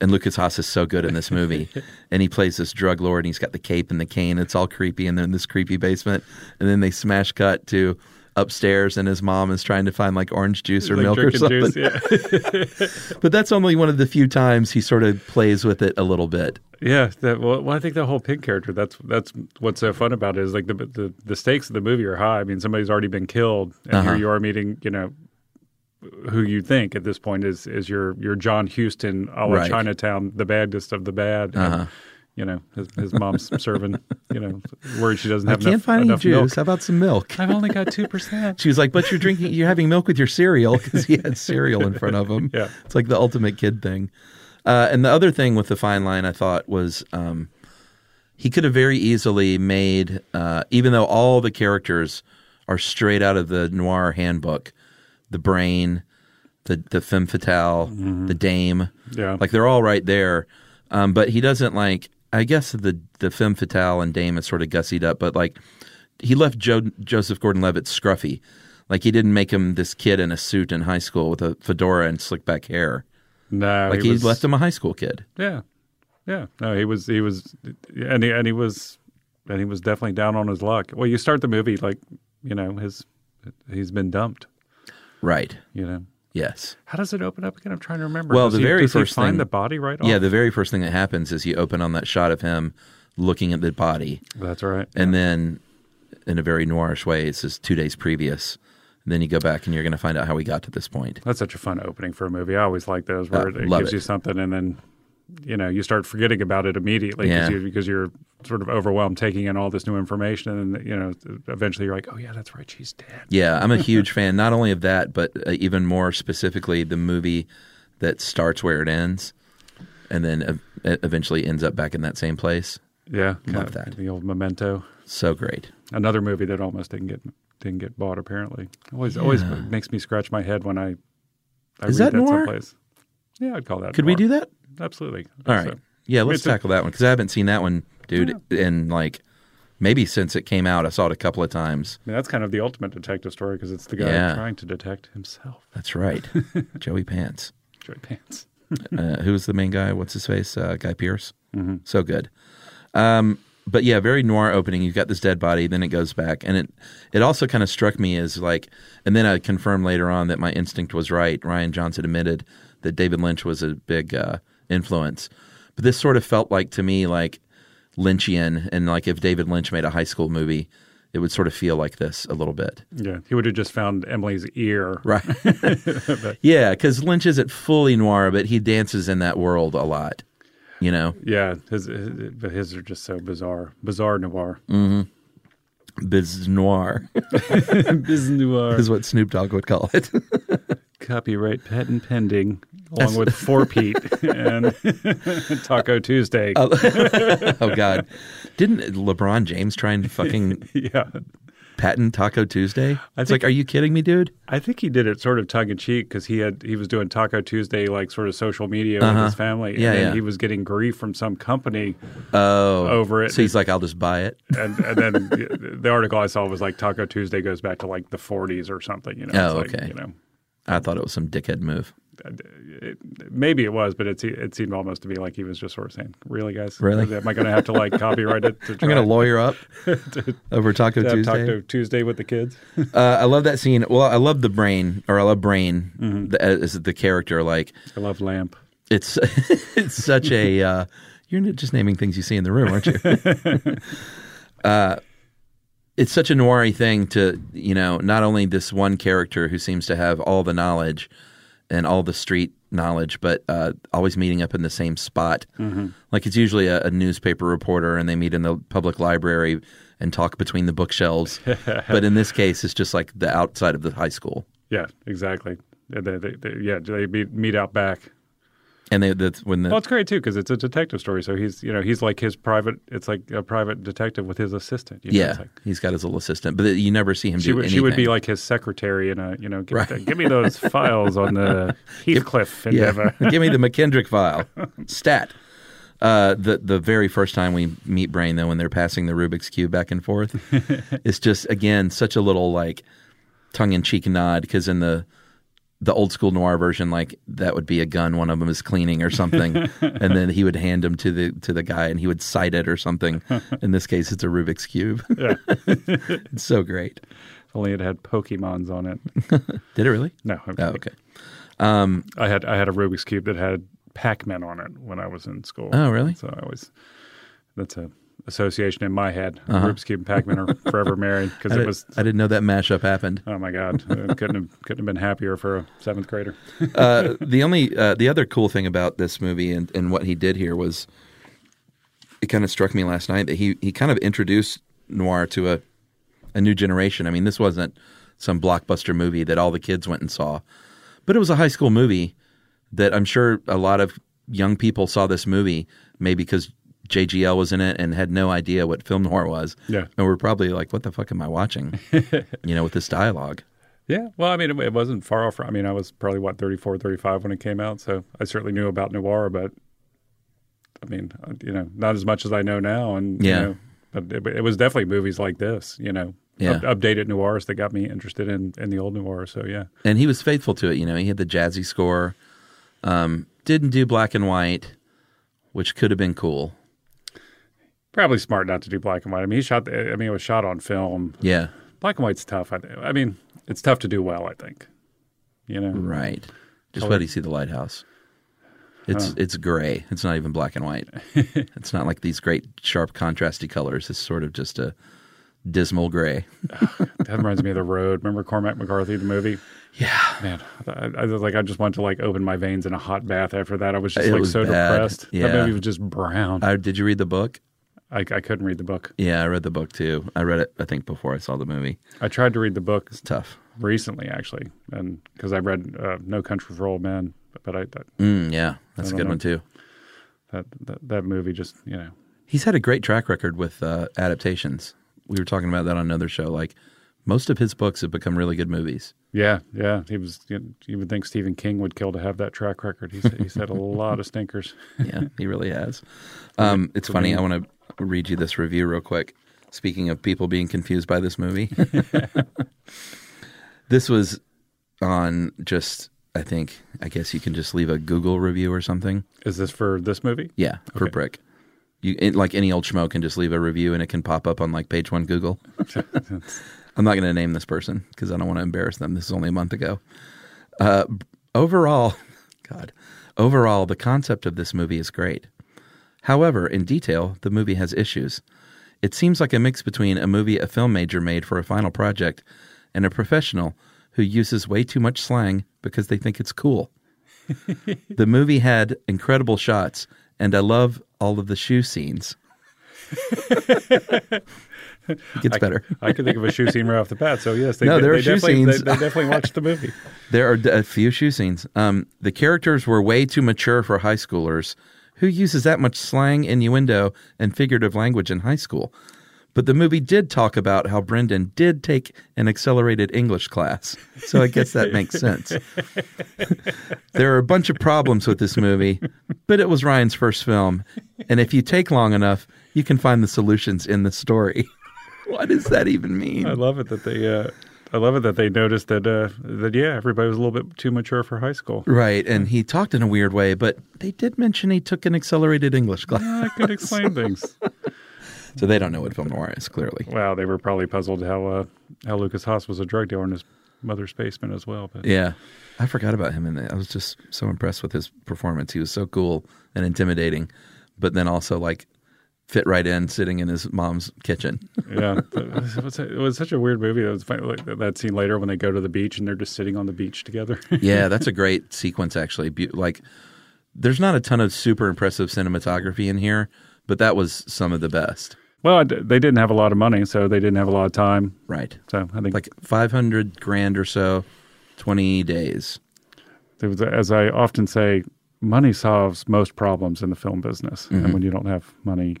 [SPEAKER 3] and Lucas Haas is so good in this movie. and he plays this drug lord and he's got the cape and the cane. It's all creepy and they're in this creepy basement. And then they smash cut to upstairs and his mom is trying to find like orange juice or
[SPEAKER 4] Like
[SPEAKER 3] milk or
[SPEAKER 4] drinking
[SPEAKER 3] something.
[SPEAKER 4] juice,
[SPEAKER 3] but that's only one of the few times he sort of plays with it a little bit.
[SPEAKER 4] Yeah, that, well, well, I think the whole pig character. That's that's what's so fun about it is like the the, the stakes of the movie are high. I mean, somebody's already been killed, and
[SPEAKER 3] Uh-huh.
[SPEAKER 4] here you are meeting, you know, who you think at this point is is your your John Houston, a la
[SPEAKER 3] Right.
[SPEAKER 4] Chinatown, the baddest of the bad. and,
[SPEAKER 3] Uh-huh.
[SPEAKER 4] you know, his, his mom's serving, you know, worried she doesn't
[SPEAKER 3] I
[SPEAKER 4] have
[SPEAKER 3] can't
[SPEAKER 4] enough,
[SPEAKER 3] find any
[SPEAKER 4] enough
[SPEAKER 3] juice.
[SPEAKER 4] milk.
[SPEAKER 3] How about some milk?
[SPEAKER 4] I've only got two percent.
[SPEAKER 3] She was like, "But you're drinking, you're having milk with your cereal because he had cereal in front of him."
[SPEAKER 4] Yeah.
[SPEAKER 3] it's like the ultimate kid thing. Uh, and the other thing with the fine line, I thought was um, he could have very easily made, uh, even though all the characters are straight out of the noir handbook, the brain, the the femme fatale, the dame,
[SPEAKER 4] Mm-hmm. Yeah.
[SPEAKER 3] like they're all right there. Um, but he doesn't like. I guess the the femme fatale and dame is sort of gussied up, but like he left jo- Joseph Gordon-Levitt scruffy. Like he didn't make him this kid in a suit in high school with a fedora and slick back hair.
[SPEAKER 4] No,
[SPEAKER 3] like
[SPEAKER 4] he
[SPEAKER 3] he,
[SPEAKER 4] was-
[SPEAKER 3] left him a high school kid.
[SPEAKER 4] Yeah, yeah. No, he was he was, and he and he was, and he was definitely down on his luck. Well, you start the movie like you know his he's been dumped.
[SPEAKER 3] Right.
[SPEAKER 4] You know.
[SPEAKER 3] Yes.
[SPEAKER 4] How does it open up again? I'm trying to remember.
[SPEAKER 3] Well,
[SPEAKER 4] Does
[SPEAKER 3] the
[SPEAKER 4] he-
[SPEAKER 3] very
[SPEAKER 4] does
[SPEAKER 3] first
[SPEAKER 4] he find
[SPEAKER 3] thing,
[SPEAKER 4] the body right
[SPEAKER 3] Yeah,
[SPEAKER 4] off?
[SPEAKER 3] the very first thing that happens is you open on that shot of him looking at the body.
[SPEAKER 4] That's right.
[SPEAKER 3] And then, in a very noirish way, it says two days previous. And then you go back and you're going to find out how we got to this point.
[SPEAKER 4] That's such a fun opening for a movie. I always like those where
[SPEAKER 3] Oh,
[SPEAKER 4] it
[SPEAKER 3] love
[SPEAKER 4] gives
[SPEAKER 3] it.
[SPEAKER 4] you something and then you know you start forgetting about it immediately
[SPEAKER 3] Yeah.
[SPEAKER 4] because you, because you're sort of overwhelmed taking in all this new information and then you know eventually you're like oh yeah that's right she's dead
[SPEAKER 3] Yeah, I'm a huge fan not only of that, but uh, even more specifically the movie that starts where it ends, and then ev- e, eventually ends up back in that same place.
[SPEAKER 4] yeah
[SPEAKER 3] love
[SPEAKER 4] that the old memento
[SPEAKER 3] So great.
[SPEAKER 4] another movie that almost didn't get didn't get bought apparently always always
[SPEAKER 3] Yeah.
[SPEAKER 4] makes me scratch my head when I, I
[SPEAKER 3] Is that
[SPEAKER 4] read
[SPEAKER 3] noir?
[SPEAKER 4] someplace yeah I'd call that
[SPEAKER 3] Could we
[SPEAKER 4] noir.
[SPEAKER 3] do that?
[SPEAKER 4] absolutely
[SPEAKER 3] All right, yeah, let's
[SPEAKER 4] tackle that.
[SPEAKER 3] tackle that one because I haven't seen that one, dude, in like maybe since it came out. I saw it a couple of times.
[SPEAKER 4] I mean, that's kind of the ultimate detective story because it's the guy
[SPEAKER 3] Yeah.
[SPEAKER 4] trying to detect himself.
[SPEAKER 3] That's right, Joey Pants.
[SPEAKER 4] Joey Pants.
[SPEAKER 3] uh, who was the main guy? What's his face? Uh, guy Pierce.
[SPEAKER 4] Mhm.
[SPEAKER 3] So good. Um, but yeah, very noir opening. You've got this dead body, then it goes back, and it it also kind of struck me as like, and then I confirmed later on that my instinct was right. Ryan Johnson admitted that David Lynch was a big uh, influence, but this sort of felt like to me like Lynchian, and like if David Lynch made a high school movie, it would sort of feel like this a little bit.
[SPEAKER 4] Yeah, he would have just found Emily's ear.
[SPEAKER 3] Right. yeah, because Lynch isn't fully noir, but he dances in that world a lot. You know.
[SPEAKER 4] Yeah, his, his but his are just so bizarre, bizarre noir.
[SPEAKER 3] Mm-hmm. Biz noir.
[SPEAKER 4] Biz noir
[SPEAKER 3] is what Snoop Dogg would call it.
[SPEAKER 4] Copyright patent pending, along That's... with Four Pete and Taco Tuesday.
[SPEAKER 3] Oh. oh God! Didn't LeBron James try and fucking
[SPEAKER 4] yeah
[SPEAKER 3] patent Taco Tuesday? I it's like, are you kidding me, dude?
[SPEAKER 4] I think he did it sort of tongue in cheek because he had he was doing Taco Tuesday like sort of social media uh-huh. with his family,
[SPEAKER 3] yeah,
[SPEAKER 4] and
[SPEAKER 3] yeah.
[SPEAKER 4] he was getting grief from some company
[SPEAKER 3] oh,
[SPEAKER 4] over it.
[SPEAKER 3] So he's like, I'll just buy it.
[SPEAKER 4] And, and then the, the article I saw was like Taco Tuesday goes back to like the 40s or something. You know?
[SPEAKER 3] Oh,
[SPEAKER 4] it's
[SPEAKER 3] okay.
[SPEAKER 4] Like, you know,
[SPEAKER 3] I thought it was some dickhead move.
[SPEAKER 4] It, maybe it was, but it, it seemed almost to be like he was just sort of saying, "Really, guys?
[SPEAKER 3] Really?
[SPEAKER 4] Am I going to have to like copyright it? To
[SPEAKER 3] I'm going to lawyer up
[SPEAKER 4] to,
[SPEAKER 3] over Taco
[SPEAKER 4] to
[SPEAKER 3] Tuesday.
[SPEAKER 4] Taco Tuesday with the kids.
[SPEAKER 3] uh, I love that scene. Well, I love the brain, or I love brain mm-hmm. the, as the character. Like,
[SPEAKER 4] I love lamp.
[SPEAKER 3] It's it's such a uh, you're just naming things you see in the room, aren't you? uh, it's such a noiry thing to you know not only this one character who seems to have all the knowledge and all the street knowledge, but uh, always meeting up in the same spot.
[SPEAKER 4] Mm-hmm.
[SPEAKER 3] Like it's usually a, a, newspaper reporter, and they meet in the public library and talk between the bookshelves. but in this case, it's just like the outside of the high school.
[SPEAKER 4] Yeah, exactly. They, they, they, yeah, they meet, meet out back.
[SPEAKER 3] And they, that's when the
[SPEAKER 4] well, it's great too because it's a detective story. So he's you know he's like his private. It's like a private detective with his assistant. You know?
[SPEAKER 3] yeah,
[SPEAKER 4] like,
[SPEAKER 3] he's got his little assistant, but you never see him.
[SPEAKER 4] She
[SPEAKER 3] would,
[SPEAKER 4] she would be like his secretary in a you know give, right. the, give me those files on the Heathcliff
[SPEAKER 3] give,
[SPEAKER 4] endeavor.
[SPEAKER 3] Yeah. give me the McKendrick file stat. Uh, the the very first time we meet Brain though, when they're passing the Rubik's cube back and forth, it's just again such a little like tongue in cheek nod because in the the old school noir version, like that would be a gun one of them is cleaning or something, and then he would hand them to the to the guy, and he would sight it or something. In this case, it's a Rubik's cube.
[SPEAKER 4] Yeah.
[SPEAKER 3] it's so great.
[SPEAKER 4] If only it had Pokemons on it.
[SPEAKER 3] Did it really?
[SPEAKER 4] No.
[SPEAKER 3] Oh, okay. Um,
[SPEAKER 4] I had I had a Rubik's cube that had Pac-Man on it when I was in school.
[SPEAKER 3] Oh, really?
[SPEAKER 4] So I always that's a association in my head. Uh-huh. Rubik's Cube and Pac-Man are forever married because it was.
[SPEAKER 3] I didn't know that mashup happened.
[SPEAKER 4] Oh my god, I couldn't have, couldn't have been happier for a seventh grader.
[SPEAKER 3] uh, the only uh, the other cool thing about this movie and, and what he did here was, it kind of struck me last night that he he kind of introduced noir to a a new generation. I mean, this wasn't some blockbuster movie that all the kids went and saw, but it was a high school movie that I'm sure a lot of young people saw this movie maybe because JGL was in it and had no idea what film noir was.
[SPEAKER 4] Yeah.
[SPEAKER 3] And we're probably like, what the fuck am I watching? you know, with this dialogue.
[SPEAKER 4] Yeah. Well, I mean, it, it, wasn't far off. I mean, I was probably, what, 34, 35 when it came out. So I certainly knew about noir, but I mean, uh, you know, not as much as I know now. And,
[SPEAKER 3] yeah.
[SPEAKER 4] You know, but it, it, was definitely movies like this, you know.
[SPEAKER 3] Yeah.
[SPEAKER 4] Up, updated noirs that got me interested in, in the old noir. So yeah,
[SPEAKER 3] and he was faithful to it. You know, he had the jazzy score. Um, didn't do black and white, which could have been cool
[SPEAKER 4] probably smart not to do black and white. I mean, he shot. The, I mean, it was shot on film.
[SPEAKER 3] Yeah,
[SPEAKER 4] black and white's tough. I, I mean, it's tough to do well. I think, you know,
[SPEAKER 3] right? Just wait till you see the lighthouse. It's huh. it's gray. It's not even black and white. it's not like these great sharp contrasty colors. It's sort of just a dismal gray.
[SPEAKER 4] that reminds me of the road. Remember Cormac McCarthy, the movie?
[SPEAKER 3] Yeah,
[SPEAKER 4] man. I, I, was like, I just wanted to like open my veins in a hot bath after that. I was just it like was so bad. depressed.
[SPEAKER 3] Yeah.
[SPEAKER 4] That movie was just brown.
[SPEAKER 3] Uh, did you read the book?
[SPEAKER 4] I, I, couldn't read the book.
[SPEAKER 3] Yeah, I read the book too. I read it, I think, before I saw the movie.
[SPEAKER 4] I tried to read the book.
[SPEAKER 3] It's tough.
[SPEAKER 4] Recently, actually, and because I read uh, No Country for Old Men, but I. That,
[SPEAKER 3] mm, yeah, that's I a good
[SPEAKER 4] know.
[SPEAKER 3] one too.
[SPEAKER 4] That, that, that movie just you know.
[SPEAKER 3] He's had a great track record with uh, adaptations. We were talking about that on another show. Like most of his books have become really good movies.
[SPEAKER 4] Yeah, yeah. He was. You, know, you would think Stephen King would kill to have that track record. He's he's had a lot of stinkers.
[SPEAKER 3] yeah, he really has. Um, it's funny. I want to read you this review real quick. Speaking of people being confused by this movie, this was on just, I think, I guess you can just leave a Google review or something.
[SPEAKER 4] Is this for this movie?
[SPEAKER 3] Yeah, for
[SPEAKER 4] Okay.
[SPEAKER 3] Brick. You, it, like any old schmo can just leave a review and it can pop up on like page one Google. I'm not going to name this person because I don't want to embarrass them. This is only a month ago. Uh, overall, God, overall, the concept of this movie is great. However, in detail, the movie has issues. It seems like a mix between a movie a film major made for a final project and a professional who uses way too much slang because they think it's cool. the movie had incredible shots, and I love all of the shoe scenes. it gets
[SPEAKER 4] I-
[SPEAKER 3] better.
[SPEAKER 4] I can think of a shoe scene right off the bat. So yes, they,
[SPEAKER 3] No,
[SPEAKER 4] did-
[SPEAKER 3] there
[SPEAKER 4] they
[SPEAKER 3] are shoe
[SPEAKER 4] definitely,
[SPEAKER 3] scenes.
[SPEAKER 4] They, they definitely watched the movie.
[SPEAKER 3] There are d- a few shoe scenes. Um, the characters were way too mature for high schoolers. Who uses that much slang, innuendo, and figurative language in high school? But the movie did talk about how Brendan did take an accelerated English class. So I guess that makes sense. there are a bunch of problems with this movie, but it was Ryan's first film. And if you take long enough, you can find the solutions in the story. what does that even mean?
[SPEAKER 4] I love it that they. Uh, I love it that they noticed that uh, that yeah, everybody was a little bit too mature for high school.
[SPEAKER 3] Right, and he talked in a weird way, but they did mention he took an accelerated English class.
[SPEAKER 4] I could explain things.
[SPEAKER 3] so they don't know what film noir is, clearly.
[SPEAKER 4] Wow, they were probably puzzled how uh, how Lucas Haas was a drug dealer in his mother's basement as well. But
[SPEAKER 3] Yeah, I forgot about him, and I was just so impressed with his performance. He was so cool and intimidating, but then also like fit right in, sitting in his mom's kitchen.
[SPEAKER 4] yeah, it was, it was such a weird movie. It was funny, like that scene later when they go to the beach and they're just sitting on the beach together.
[SPEAKER 3] yeah, that's a great sequence actually. Be- like, there's not a ton of super impressive cinematography in here, but that was some of the best.
[SPEAKER 4] Well, I d- they didn't have a lot of money, so they didn't have a lot of time.
[SPEAKER 3] Right.
[SPEAKER 4] So I think
[SPEAKER 3] like five hundred grand or so, twenty days.
[SPEAKER 4] There was, as I often say, money solves most problems in the film business,
[SPEAKER 3] Mhm.
[SPEAKER 4] and when you don't have money,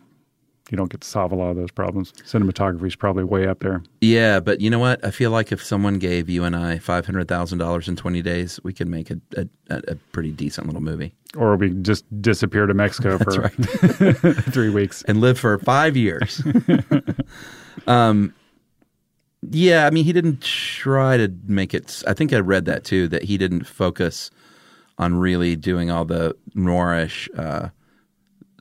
[SPEAKER 4] you don't get to solve a lot of those problems. Cinematography is probably way up there.
[SPEAKER 3] Yeah, but you know what? I feel like if someone gave you and I five hundred thousand dollars in twenty days, we could make a, a a a pretty decent little movie
[SPEAKER 4] Or we just disappear to Mexico
[SPEAKER 3] That's
[SPEAKER 4] for three weeks
[SPEAKER 3] and live for five years. um, yeah, I mean, he didn't try to make it. s- I think I read that too that he didn't focus on really doing all the noirish uh,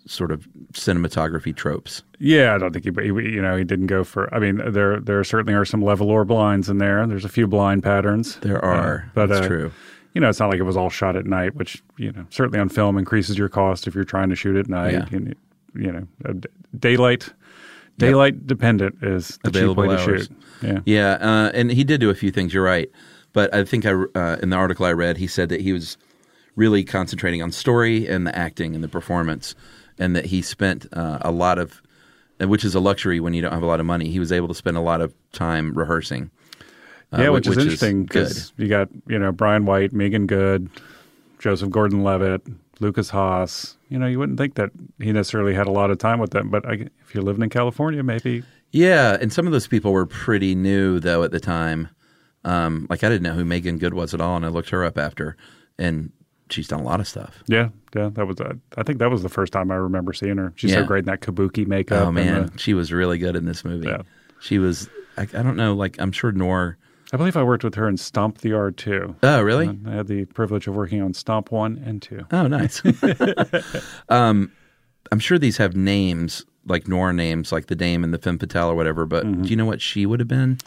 [SPEAKER 3] sort of cinematography tropes.
[SPEAKER 4] Yeah, I don't think he, he, you know, he didn't go for. I mean, there there certainly are some leveler blinds in there. There's a few blind patterns. Uh,
[SPEAKER 3] There are. That's true.
[SPEAKER 4] You know, it's not like it was all shot at night, which you know certainly on film increases your cost if you're trying to shoot at night.
[SPEAKER 3] Yeah.
[SPEAKER 4] And, you know, uh, d- daylight, daylight dependent is the cheap way to
[SPEAKER 3] hours.
[SPEAKER 4] shoot. Yeah.
[SPEAKER 3] yeah, uh, and he did do a few things. You're right, but I think I uh, in the article I read, he said that he was really concentrating on story and the acting and the performance, and that he spent uh, a lot of, and which is a luxury when you don't have a lot of money. He was able to spend a lot of time rehearsing. uh,
[SPEAKER 4] yeah,
[SPEAKER 3] whi-
[SPEAKER 4] which, is interesting
[SPEAKER 3] good.
[SPEAKER 4] because you got you know Brian White, Megan Good, Joseph Gordon-Levitt, Lucas Haas. You know, you wouldn't think that he necessarily had a lot of time with them, but I, if you're living in California, maybe
[SPEAKER 3] Yeah, and some of those people were pretty new though at the time. Um, like I didn't know who Megan Good was at all, and I looked her up after, and she's done a lot of stuff.
[SPEAKER 4] yeah, yeah, that was. Uh, I think that was the first time I remember seeing her. She's
[SPEAKER 3] Yeah.
[SPEAKER 4] so great in that kabuki makeup.
[SPEAKER 3] Oh
[SPEAKER 4] and
[SPEAKER 3] man,
[SPEAKER 4] the-
[SPEAKER 3] she was really good in this movie. She was. I, I don't know. Like I'm sure Nor.
[SPEAKER 4] I believe I worked with her in Stomp the Yard too.
[SPEAKER 3] Oh, really?
[SPEAKER 4] And I had the privilege of working on Stomp one and two.
[SPEAKER 3] Oh, nice. um, I'm sure these have names like Nor names, like the Dame and the Femme Fatale or whatever. But
[SPEAKER 4] Mm-hmm.
[SPEAKER 3] do you know what she would have been?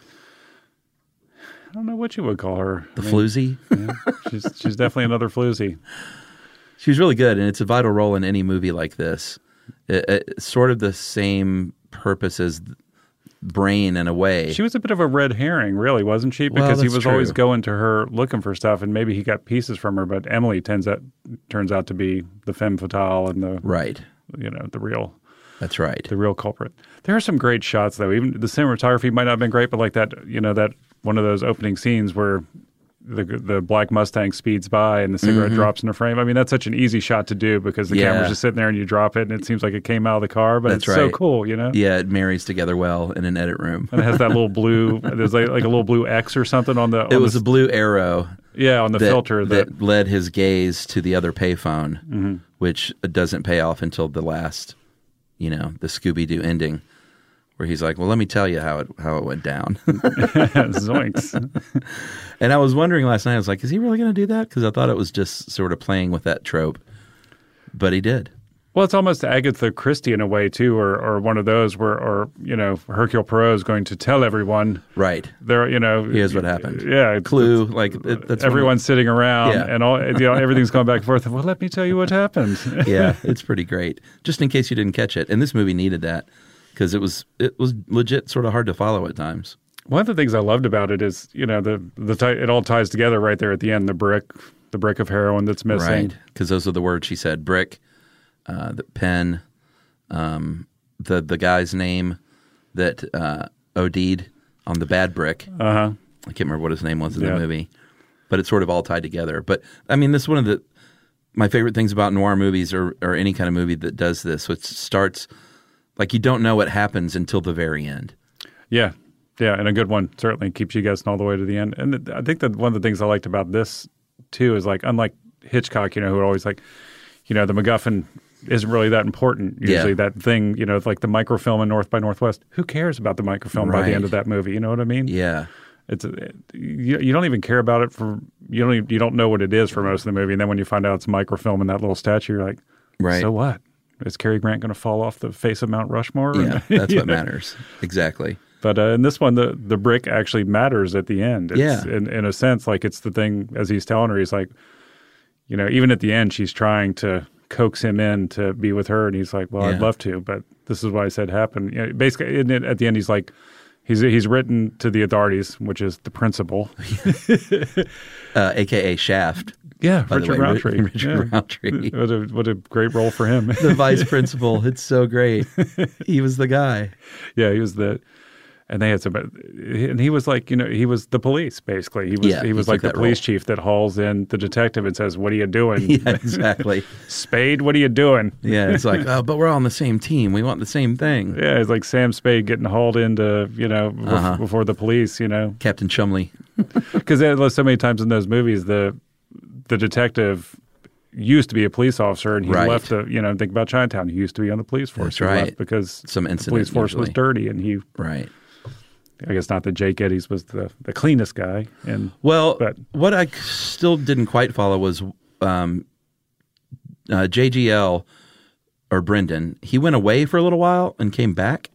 [SPEAKER 4] I don't know what you would call her.
[SPEAKER 3] The
[SPEAKER 4] I mean,
[SPEAKER 3] floozy.
[SPEAKER 4] yeah, she's she's definitely another floozy.
[SPEAKER 3] She was really good, and it's a vital role in any movie like this. It, it's sort of the same purpose as th- Brain in a way.
[SPEAKER 4] She was a bit of a red herring, really, wasn't she?
[SPEAKER 3] Well,
[SPEAKER 4] Because he
[SPEAKER 3] that's
[SPEAKER 4] was always
[SPEAKER 3] true.
[SPEAKER 4] going to her looking for stuff, and maybe he got pieces from her. But Emily turns out turns out to be the femme fatale and the
[SPEAKER 3] right,
[SPEAKER 4] you know, the real.
[SPEAKER 3] That's right,
[SPEAKER 4] the real culprit. There are some great shots though. Even the cinematography might not have been great, but like that, you know, that one of those opening scenes where. The, the black Mustang speeds by and the cigarette
[SPEAKER 3] Mhm.
[SPEAKER 4] drops in the frame. I mean, that's such an easy shot to do because the
[SPEAKER 3] Yeah.
[SPEAKER 4] camera's just sitting there and you drop it and it seems like it came out of the car, but
[SPEAKER 3] That's
[SPEAKER 4] it's so
[SPEAKER 3] right.
[SPEAKER 4] cool, you know?
[SPEAKER 3] Yeah, it marries together well in an edit room.
[SPEAKER 4] and it has that little blue. There's like, like a little blue X or something on the. On
[SPEAKER 3] It was
[SPEAKER 4] the,
[SPEAKER 3] a blue arrow.
[SPEAKER 4] Yeah, on the filter
[SPEAKER 3] that,
[SPEAKER 4] that-
[SPEAKER 3] led his gaze to the other payphone,
[SPEAKER 4] Mhm.
[SPEAKER 3] which doesn't pay off until the last, you know, the Scooby Doo ending, where he's like, "Well, let me tell you how it how it went down."
[SPEAKER 4] Zoinks.
[SPEAKER 3] and I was wondering last night. I was like, "Is he really going to do that?" Because I thought it was just sort of playing with that trope, but he did.
[SPEAKER 4] Well, it's almost Agatha Christie in a way too, or or one of those where, or you know, Hercule Poirot is going to tell everyone,
[SPEAKER 3] right?
[SPEAKER 4] There, you know,
[SPEAKER 3] here's what happened.
[SPEAKER 4] Yeah,
[SPEAKER 3] clue. like it, that's
[SPEAKER 4] everyone's sitting around,
[SPEAKER 3] Yeah.
[SPEAKER 4] and all you know, everything's going back and forth. Well, let me tell you what happened.
[SPEAKER 3] yeah, it's pretty great. Just in case you didn't catch it, and this movie needed that because it was it was legit sort of hard to follow at times.
[SPEAKER 4] One of the things I loved about it is, you know, the the ti- it all ties together right there at the end. The brick, the brick of heroin that's missing.
[SPEAKER 3] Right, because those are the words she said: brick, uh, the pen, um, the the guy's name that uh, OD'd on the bad brick.
[SPEAKER 4] Uh-huh.
[SPEAKER 3] I can't remember what his name was in
[SPEAKER 4] Yeah.
[SPEAKER 3] the movie, but it's sort of all tied together. But I mean, this is one of the my favorite things about noir movies or or any kind of movie that does this, which starts like you don't know what happens until the very end.
[SPEAKER 4] Yeah, yeah, and a good one certainly keeps you guessing all the way to the end. And th- I think that one of the things I liked about this too is like, unlike Hitchcock, you know, who would always like, you know, the MacGuffin isn't really that important.
[SPEAKER 3] Yeah.
[SPEAKER 4] Usually, that thing, you know, it's like the microfilm in North by Northwest. Who cares about the microfilm by
[SPEAKER 3] Right.
[SPEAKER 4] the end of that movie? You know what I mean?
[SPEAKER 3] Yeah.
[SPEAKER 4] It's it, you, you don't even care about it for you don't even, you don't know what it is for most of the movie, and then when you find out it's microfilm in that little statue, you're like,
[SPEAKER 3] Right.
[SPEAKER 4] So what? Is Cary Grant going to fall off the face of Mount Rushmore?
[SPEAKER 3] Yeah, that's
[SPEAKER 4] You
[SPEAKER 3] what
[SPEAKER 4] know?
[SPEAKER 3] matters exactly.
[SPEAKER 4] But uh, in this one, the, the brick actually matters at the end. It's,
[SPEAKER 3] Yeah.
[SPEAKER 4] In, in a sense, like it's the thing, as he's telling her, he's like, you know, even at the end, she's trying to coax him in to be with her. And he's like, well,
[SPEAKER 3] Yeah.
[SPEAKER 4] I'd love to, but this is what I said happened. You know, basically, in it, at the end, he's like, he's, he's written to the authorities, which is the principal.
[SPEAKER 3] uh, aka Shaft.
[SPEAKER 4] Yeah,
[SPEAKER 3] by the way.
[SPEAKER 4] Richard
[SPEAKER 3] Ri-
[SPEAKER 4] Roundtree.
[SPEAKER 3] Richard
[SPEAKER 4] Yeah.
[SPEAKER 3] Roundtree.
[SPEAKER 4] What a, what a great role for him.
[SPEAKER 3] the vice principal. It's so great. He was the guy.
[SPEAKER 4] Yeah, he was the, and they had some, and he was like, you know, he was the police basically. He was
[SPEAKER 3] Yeah,
[SPEAKER 4] he was
[SPEAKER 3] he
[SPEAKER 4] like
[SPEAKER 3] took
[SPEAKER 4] the
[SPEAKER 3] that
[SPEAKER 4] police
[SPEAKER 3] role.
[SPEAKER 4] chief that hauls in the detective and says, "What are you doing?"
[SPEAKER 3] Yeah, exactly.
[SPEAKER 4] Spade, what are you doing?
[SPEAKER 3] Yeah, it's like, oh, but we're all on the same team. We want the same thing.
[SPEAKER 4] yeah, it's like Sam Spade getting hauled into you know bef-
[SPEAKER 3] Uh-huh.
[SPEAKER 4] before the police, you know,
[SPEAKER 3] Captain Chumley.
[SPEAKER 4] because so many times in those movies the the detective used to be a police officer and he
[SPEAKER 3] Right.
[SPEAKER 4] left the you know think about Chinatown he used to be on the police force
[SPEAKER 3] That's
[SPEAKER 4] He left
[SPEAKER 3] right.
[SPEAKER 4] because
[SPEAKER 3] Some
[SPEAKER 4] the
[SPEAKER 3] incident
[SPEAKER 4] police force was
[SPEAKER 3] usually.
[SPEAKER 4] dirty and he
[SPEAKER 3] Right.
[SPEAKER 4] I guess not that Jake Eddies was the, the cleanest guy and
[SPEAKER 3] Well, what I c- still didn't quite follow was um, uh, JGL or Brendan. He went away for a little while and came back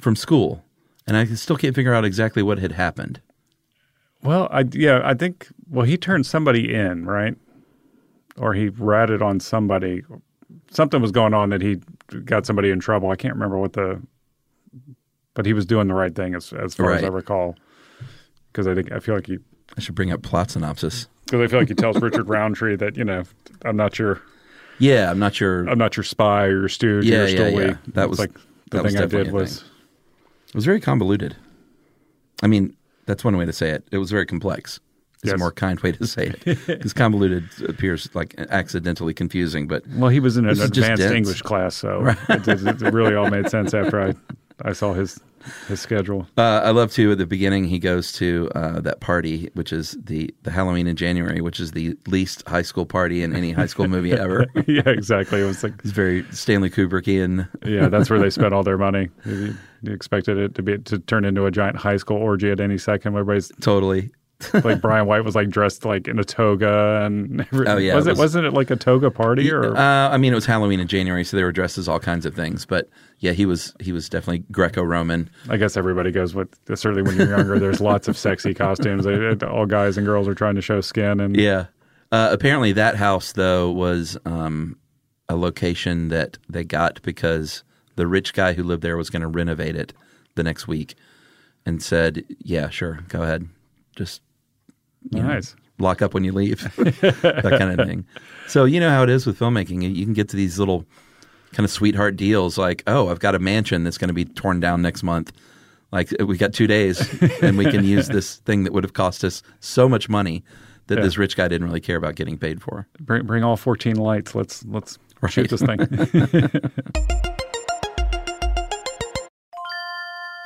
[SPEAKER 3] from school, and I still can't figure out exactly what had happened.
[SPEAKER 4] Well, I yeah, I think well he turned somebody in, right? Or he ratted on somebody. Something was going on that he got somebody in trouble. I can't remember what the but he was doing the right thing as as far as I
[SPEAKER 3] Right.
[SPEAKER 4] recall. Cuz I think I feel like he
[SPEAKER 3] I should bring up plot synopsis.
[SPEAKER 4] cuz I feel like he tells Richard Roundtree that, you know, I'm not your
[SPEAKER 3] Yeah, I'm not your
[SPEAKER 4] I'm not your spy or your stooge,
[SPEAKER 3] Yeah,
[SPEAKER 4] you're
[SPEAKER 3] yeah,
[SPEAKER 4] still
[SPEAKER 3] yeah.
[SPEAKER 4] weak.
[SPEAKER 3] That
[SPEAKER 4] It's
[SPEAKER 3] was-
[SPEAKER 4] like the
[SPEAKER 3] that was
[SPEAKER 4] thing I
[SPEAKER 3] definitely
[SPEAKER 4] did
[SPEAKER 3] a
[SPEAKER 4] was
[SPEAKER 3] It was very convoluted. I mean, that's one way to say it. It was very complex. It's a
[SPEAKER 4] Yes.
[SPEAKER 3] more kind way to say it because convoluted appears like accidentally confusing. But
[SPEAKER 4] Well, he was in an
[SPEAKER 3] this is just
[SPEAKER 4] advanced
[SPEAKER 3] dense.
[SPEAKER 4] English class, so
[SPEAKER 3] Right.
[SPEAKER 4] it, it- it really all made sense after I, I saw his his schedule.
[SPEAKER 3] Uh, I love too. At the beginning, he goes to uh, that party, which is the the Halloween in January, which is the least high school party in any high school movie ever.
[SPEAKER 4] yeah, exactly. It was like
[SPEAKER 3] It's very Stanley Kubrickian.
[SPEAKER 4] yeah, that's where they spent all their money. You you expected it to be to turn into a giant high school orgy at any second. Everybody's
[SPEAKER 3] totally.
[SPEAKER 4] like Brian White was like dressed like in a toga and everything.
[SPEAKER 3] Oh, yeah,
[SPEAKER 4] was
[SPEAKER 3] it
[SPEAKER 4] it,
[SPEAKER 3] was-
[SPEAKER 4] was, not it like a toga party or
[SPEAKER 3] Uh, I mean, it was Halloween in January, so they were dressed as all kinds of things. But yeah, he was he was definitely Greco-Roman.
[SPEAKER 4] I guess everybody goes with certainly when you're younger. there's lots of sexy costumes. They- they- all guys and girls are trying to show skin and
[SPEAKER 3] Yeah. Uh, apparently, that house though was um, a location that they got because the rich guy who lived there was going to renovate it the next week, and said, "Yeah, sure, go ahead, just you know,
[SPEAKER 4] Nice.
[SPEAKER 3] lock up when you leave, that kind of thing." So you know how it is with filmmaking; You- you can get to these little kind of sweetheart deals, like, "Oh, I've got a mansion that's going to be torn down next month." Like uh, we got two days, and we can use this thing that would have cost us so much money that
[SPEAKER 4] Yeah.
[SPEAKER 3] this rich guy didn't really care about getting paid for.
[SPEAKER 4] bring bring all 14 lights. Let's let's shoot
[SPEAKER 3] Right.
[SPEAKER 4] this thing.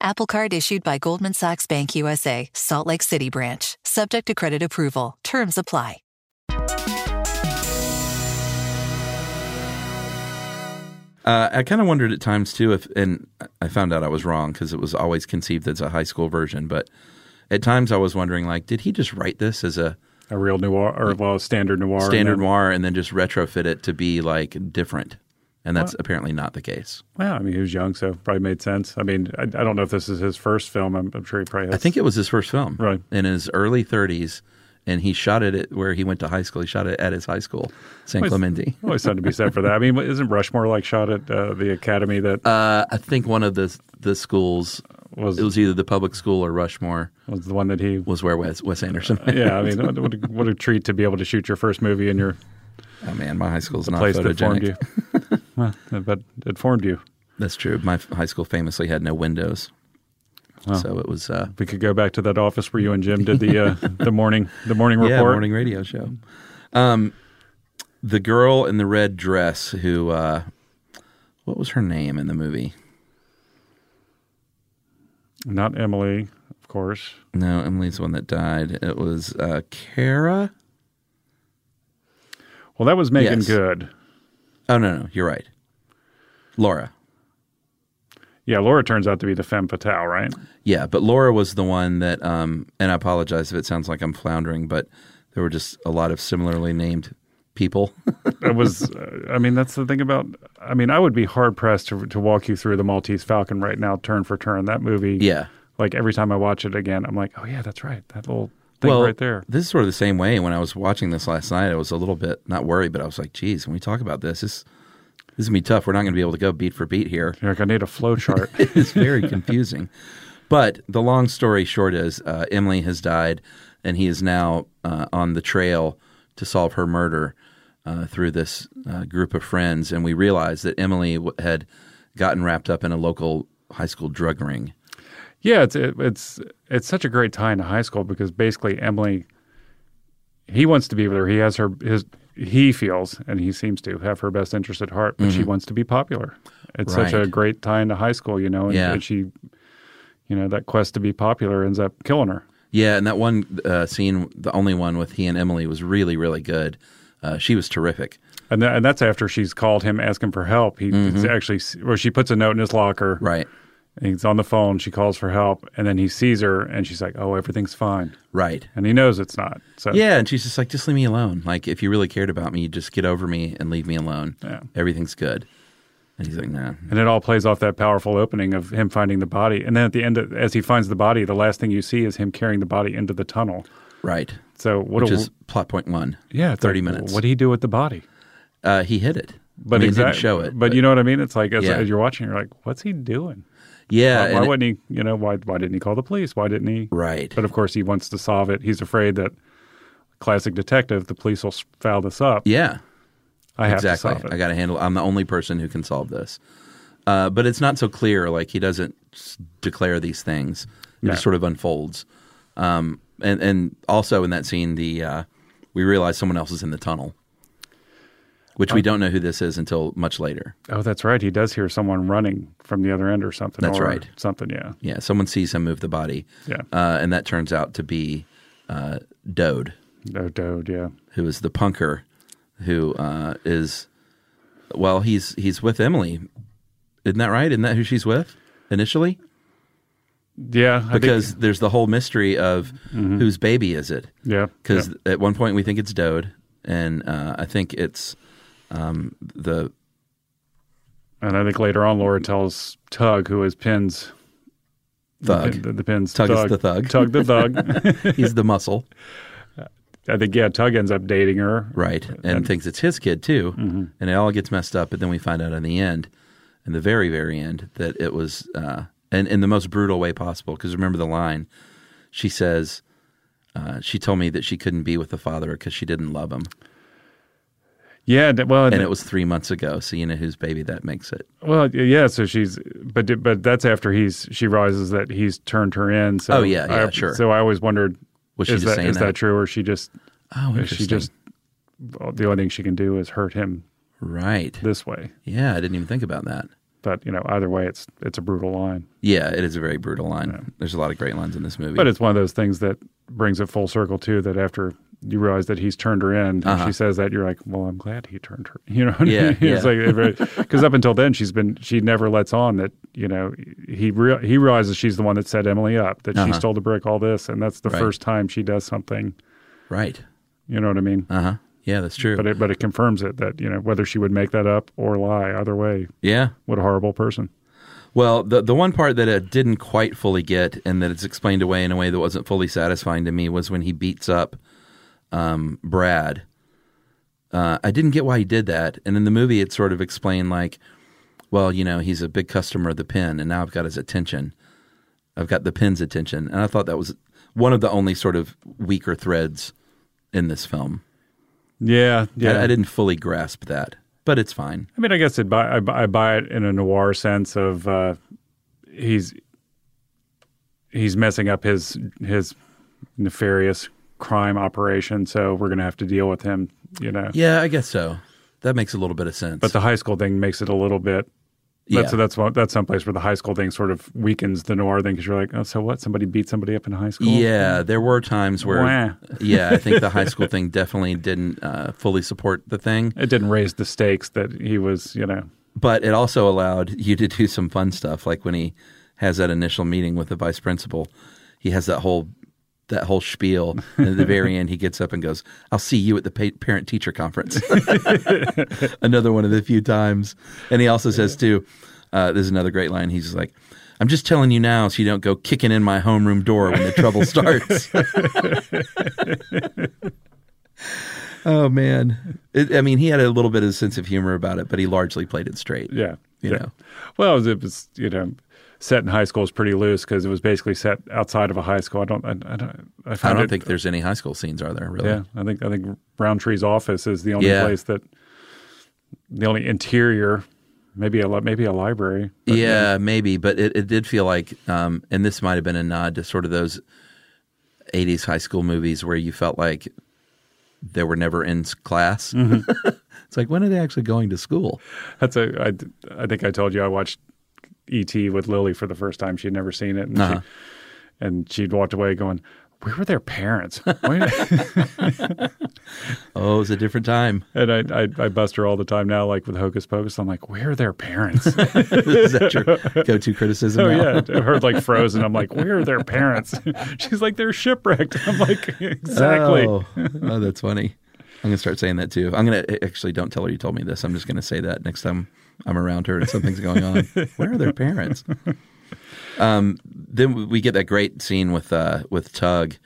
[SPEAKER 7] Apple Card issued by Goldman Sachs Bank USA, Salt Lake City branch, subject to credit approval. Terms apply.
[SPEAKER 3] Uh, I kind of wondered at times too if, and I found out I was wrong because it was always conceived as a high school version. But at times I was wondering, like, did he just write this as a
[SPEAKER 4] a real noir or well standard noir? and
[SPEAKER 3] standard
[SPEAKER 4] then-
[SPEAKER 3] noir and then just retrofit it to be like different? And that's apparently not the case.
[SPEAKER 4] Well, I mean, he was young, so it probably made sense. I mean, I, I don't know if this is his first film. I'm, I'm sure he probably has.
[SPEAKER 3] I think it was his first film,
[SPEAKER 4] Right.
[SPEAKER 3] In his early 30s, and he shot it at where he went to high school. He shot it at his high school, San
[SPEAKER 4] Always-
[SPEAKER 3] Clemente.
[SPEAKER 4] Always something to be said for that. I mean, isn't Rushmore like shot at uh, the academy that
[SPEAKER 3] Uh, I think one of the the schools
[SPEAKER 4] was
[SPEAKER 3] it was either the public school or Rushmore
[SPEAKER 4] was the one that he Uh,
[SPEAKER 3] was where Wes, Wes Anderson.
[SPEAKER 4] yeah, I mean, what, what, a, what a treat to be able to shoot your first movie in your
[SPEAKER 3] oh man, my high school's
[SPEAKER 4] the
[SPEAKER 3] not
[SPEAKER 4] place that formed
[SPEAKER 3] photogenic.
[SPEAKER 4] you. Well, but it formed you.
[SPEAKER 3] That's true. My f- high school famously had no windows,
[SPEAKER 4] Wow.
[SPEAKER 3] so it was uh,
[SPEAKER 4] We could go back to that office where you and Jim did the uh, the morning the morning report.
[SPEAKER 3] yeah, morning radio show. Um, the girl in the red dress who, uh, what was her name in the movie?
[SPEAKER 4] Not Emily, of course.
[SPEAKER 3] No, Emily's the one that died. It was uh, Kara.
[SPEAKER 4] Well, that was Megan
[SPEAKER 3] Yes.
[SPEAKER 4] Good.
[SPEAKER 3] Oh no, no, you're right. Laura.
[SPEAKER 4] Yeah, Laura turns out to be the femme fatale, right?
[SPEAKER 3] Yeah, but Laura was the one that. Um, and I apologize if it sounds like I'm floundering, but there were just a lot of similarly named people.
[SPEAKER 4] It was. uh, I mean, that's the thing about. I mean, I would be hard pressed to to walk you through the Maltese Falcon right now, turn for turn. That movie.
[SPEAKER 3] Yeah.
[SPEAKER 4] Like every time I watch it again, I'm like, oh yeah, that's right. That little thing right there.
[SPEAKER 3] This is sort of the same way. When I was watching this last night, I was a little bit not worried, but I was like, "Geez, when we talk about this, this this is gonna be tough. We're not gonna be able to go beat for beat here."
[SPEAKER 4] You're like, I need a flow chart.
[SPEAKER 3] it's very confusing. But the long story short is, uh, Emily has died, and he is now uh, on the trail to solve her murder uh, through this uh, group of friends. And we realized that Emily w- had gotten wrapped up in a local high school drug ring.
[SPEAKER 4] Yeah, it's it, it's it's such a great tie into high school because basically Emily, he wants to be with her. He has her his he feels and he seems to have her best interest at heart, but she
[SPEAKER 3] Mhm.
[SPEAKER 4] wants to be popular. It's such
[SPEAKER 3] Right.
[SPEAKER 4] a great tie into high school, you know. And,
[SPEAKER 3] Yeah.
[SPEAKER 4] and she, you know, that quest to be popular ends up killing her.
[SPEAKER 3] Yeah, and that one uh, scene, the only one with he and Emily, was really, really good. Uh, she was terrific.
[SPEAKER 4] And, tha- and that's after she's called him asking for help. He
[SPEAKER 3] Mhm.
[SPEAKER 4] it's actually, well, she puts a note in his locker.
[SPEAKER 3] Right.
[SPEAKER 4] And he's on the phone. She calls for help. And then he sees her and she's like, oh, everything's fine.
[SPEAKER 3] Right.
[SPEAKER 4] And he knows it's not. So
[SPEAKER 3] Yeah, and she's just like, just leave me alone. Like, if you really cared about me, just get over me and leave me alone.
[SPEAKER 4] Yeah.
[SPEAKER 3] Everything's good. And he's like, no.
[SPEAKER 4] And it all plays off that powerful opening of him finding the body. And then at the end, of, as he finds the body, the last thing you see is him carrying the body into the tunnel.
[SPEAKER 3] Right.
[SPEAKER 4] So what
[SPEAKER 3] Which
[SPEAKER 4] a,
[SPEAKER 3] is plot point one.
[SPEAKER 4] Yeah, it's
[SPEAKER 3] 30
[SPEAKER 4] like,
[SPEAKER 3] minutes.
[SPEAKER 4] What did he do with the body?
[SPEAKER 3] Uh, he hid it. I mean, he didn't
[SPEAKER 4] exact-
[SPEAKER 3] show it.
[SPEAKER 4] But, you know what I mean? It's like as,
[SPEAKER 3] Yeah.
[SPEAKER 4] as you're watching, you're like, what's he doing?
[SPEAKER 3] Yeah,
[SPEAKER 4] Why,
[SPEAKER 3] and
[SPEAKER 4] why
[SPEAKER 3] it-
[SPEAKER 4] wouldn't he? You know, why why didn't he call the police? Why didn't he?
[SPEAKER 3] Right.
[SPEAKER 4] But of course, he wants to solve it. He's afraid that classic detective, the police will s- foul this up.
[SPEAKER 3] Yeah.
[SPEAKER 4] I have
[SPEAKER 3] exactly.
[SPEAKER 4] to solve it.
[SPEAKER 3] I got to handle. I'm the only person who can solve this. Uh, but it's not so clear. Like he doesn't s- declare these things. It
[SPEAKER 4] No.
[SPEAKER 3] just sort of unfolds. Um, and and also in that scene, the uh, we realize someone else is in the tunnel, which we
[SPEAKER 4] Oh.
[SPEAKER 3] don't know who this is until much later.
[SPEAKER 4] Oh, that's right. He does hear someone running from the other end or something.
[SPEAKER 3] That's
[SPEAKER 4] or
[SPEAKER 3] right.
[SPEAKER 4] Something. Yeah.
[SPEAKER 3] Yeah, someone sees him move the body.
[SPEAKER 4] Yeah.
[SPEAKER 3] uh, and that turns out to be uh, Dode.
[SPEAKER 4] Oh, Dode. Yeah.
[SPEAKER 3] who is the punker, who uh, is, well, he's he's with Emily, isn't that right? Isn't that who she's with initially?
[SPEAKER 4] Yeah. I think- Mm-hmm.
[SPEAKER 3] because there's the whole mystery of whose baby is it?
[SPEAKER 4] Yeah,
[SPEAKER 3] because at one point we think it's Dode, and uh, I think it's um, the
[SPEAKER 4] and I think later on, Laura tells Tug, who is Pin's
[SPEAKER 3] Thug.
[SPEAKER 4] The, pin- the Pin's
[SPEAKER 3] Tug is the thug.
[SPEAKER 4] Tug the thug.
[SPEAKER 3] He's the muscle.
[SPEAKER 4] I think yeah, Tug ends up dating her. Mm-hmm.
[SPEAKER 3] right and, thinks it's his kid too, and it all gets messed up. But then we find out in the end, in the very very end, that it was uh, and in the most brutal way possible. Because remember the line, she says. Uh, she told me that she couldn't be with the father because she didn't love him,
[SPEAKER 4] Yeah. th- Well,
[SPEAKER 3] and
[SPEAKER 4] th-
[SPEAKER 3] it was three months ago. So you know whose baby that makes it.
[SPEAKER 4] Well, y- yeah. So she's, but but that's after he's she realizes that he's turned her in. So
[SPEAKER 3] Oh, yeah, yeah,
[SPEAKER 4] I,
[SPEAKER 3] sure.
[SPEAKER 4] So I always wondered,
[SPEAKER 3] Was she
[SPEAKER 4] is
[SPEAKER 3] just
[SPEAKER 4] that
[SPEAKER 3] saying
[SPEAKER 4] is that?
[SPEAKER 3] that?
[SPEAKER 4] true, or she just
[SPEAKER 3] Oh,
[SPEAKER 4] is she
[SPEAKER 3] interesting.
[SPEAKER 4] just well, the only thing she can do is hurt him
[SPEAKER 3] Right.
[SPEAKER 4] this way.
[SPEAKER 3] Yeah, I didn't even think about that.
[SPEAKER 4] But you know, either way, it's it's a brutal line.
[SPEAKER 3] Yeah, it is a very brutal line. There's a lot of great lines in this movie.
[SPEAKER 4] But it's one of those things that brings it full circle too. That after you realize that he's turned her in,
[SPEAKER 3] Uh-huh.
[SPEAKER 4] she says that you're like, well, I'm glad he turned her. You know, what I
[SPEAKER 3] Yeah,
[SPEAKER 4] mean? it's
[SPEAKER 3] yeah.
[SPEAKER 4] like because up until then she's been she never lets on that you know he real he realizes she's the one that set Emily up that
[SPEAKER 3] Uh-huh.
[SPEAKER 4] she stole the brick all this and that's the
[SPEAKER 3] Right.
[SPEAKER 4] first time she does something.
[SPEAKER 3] right.
[SPEAKER 4] You know what I mean?
[SPEAKER 3] Uh huh. Yeah, that's true.
[SPEAKER 4] But it but it confirms it that you know whether she would make that up or lie either way.
[SPEAKER 3] yeah.
[SPEAKER 4] What a horrible person.
[SPEAKER 3] Well, the the one part that I didn't quite fully get, and that it's explained away in a way that wasn't fully satisfying to me, was when he beats up um, Brad. Uh, I didn't get why he did that, and in the movie, it's sort of explained like, well, you know, he's a big customer of the pen, and now I've got his attention. I've got the pen's attention, and I thought that was one of the only sort of weaker threads in this film.
[SPEAKER 4] Yeah, yeah.
[SPEAKER 3] I, I didn't fully grasp that, but it's fine.
[SPEAKER 4] I mean, I guess it buy, I, buy- I buy it in a noir sense of uh, he's he's messing up his his nefarious crime operation, so we're gonna have to deal with him. You know,
[SPEAKER 3] Yeah, I guess so. That makes a little bit of sense.
[SPEAKER 4] but the high school thing makes it a little bit.
[SPEAKER 3] Yeah.
[SPEAKER 4] That's that's one, that's someplace where the high school thing sort of weakens the noir thing because you're like, oh, so what? Somebody beat somebody up in high school.
[SPEAKER 3] Yeah, there were times where
[SPEAKER 4] Wah.
[SPEAKER 3] yeah, I think the high school thing definitely didn't uh, fully support the thing,
[SPEAKER 4] it didn't raise the stakes that he was. You know,
[SPEAKER 3] but it also allowed you to do some fun stuff, like when he has that initial meeting with the vice principal. He has that whole that whole spiel, and at the very end, he gets up and goes, "I'll see you at the pa- parent teacher conference." another one of the few times, and he also says too, uh, "This is another great line." He's like. I'm just telling you now, so you don't go kicking in my homeroom door when the trouble starts. Oh man, it, I mean, he had a little bit of sense of humor about it, but he largely played it straight.
[SPEAKER 4] Yeah,
[SPEAKER 3] you
[SPEAKER 4] yeah.
[SPEAKER 3] know,
[SPEAKER 4] Well, it was, it was, you know set in high school is pretty loose because it was basically set outside of a high school. I don't, I, I don't, I,
[SPEAKER 3] I
[SPEAKER 4] find
[SPEAKER 3] don't
[SPEAKER 4] it-
[SPEAKER 3] think there's any high school scenes, are there? Really?
[SPEAKER 4] Yeah, I think I think Roundtree's office is the only
[SPEAKER 3] Yeah.
[SPEAKER 4] place that the only interior, maybe a li- maybe a library. but,
[SPEAKER 3] yeah, maybe, but it, it did feel like, um, and this might have been a nod to sort of those '80s high school movies where you felt like they were never in s- class.
[SPEAKER 4] Mm-hmm.
[SPEAKER 3] it's like, when are they actually going to school?
[SPEAKER 4] That's a. I, I think I told you I watched E E.T. with Lily for the first time. She'd never seen it, and,
[SPEAKER 3] Uh-huh.
[SPEAKER 4] she, and she'd walked away going, where were their parents?
[SPEAKER 3] oh, it was a different time.
[SPEAKER 4] And I, I, I bust her all the time now, like with Hocus Pocus. I'm like, where are their parents?
[SPEAKER 3] Is that your go-to criticism?
[SPEAKER 4] Oh
[SPEAKER 3] now?
[SPEAKER 4] yeah, I heard like Frozen. I'm like, where are their parents? She's like, they're shipwrecked. I'm like, exactly.
[SPEAKER 3] Oh, oh, that's funny. I'm gonna start saying that too. I'm gonna actually don't tell her you told me this. I'm just gonna say that next time I'm around her and something's going on. Where are their parents? Um, then we get that great scene with uh, with Tug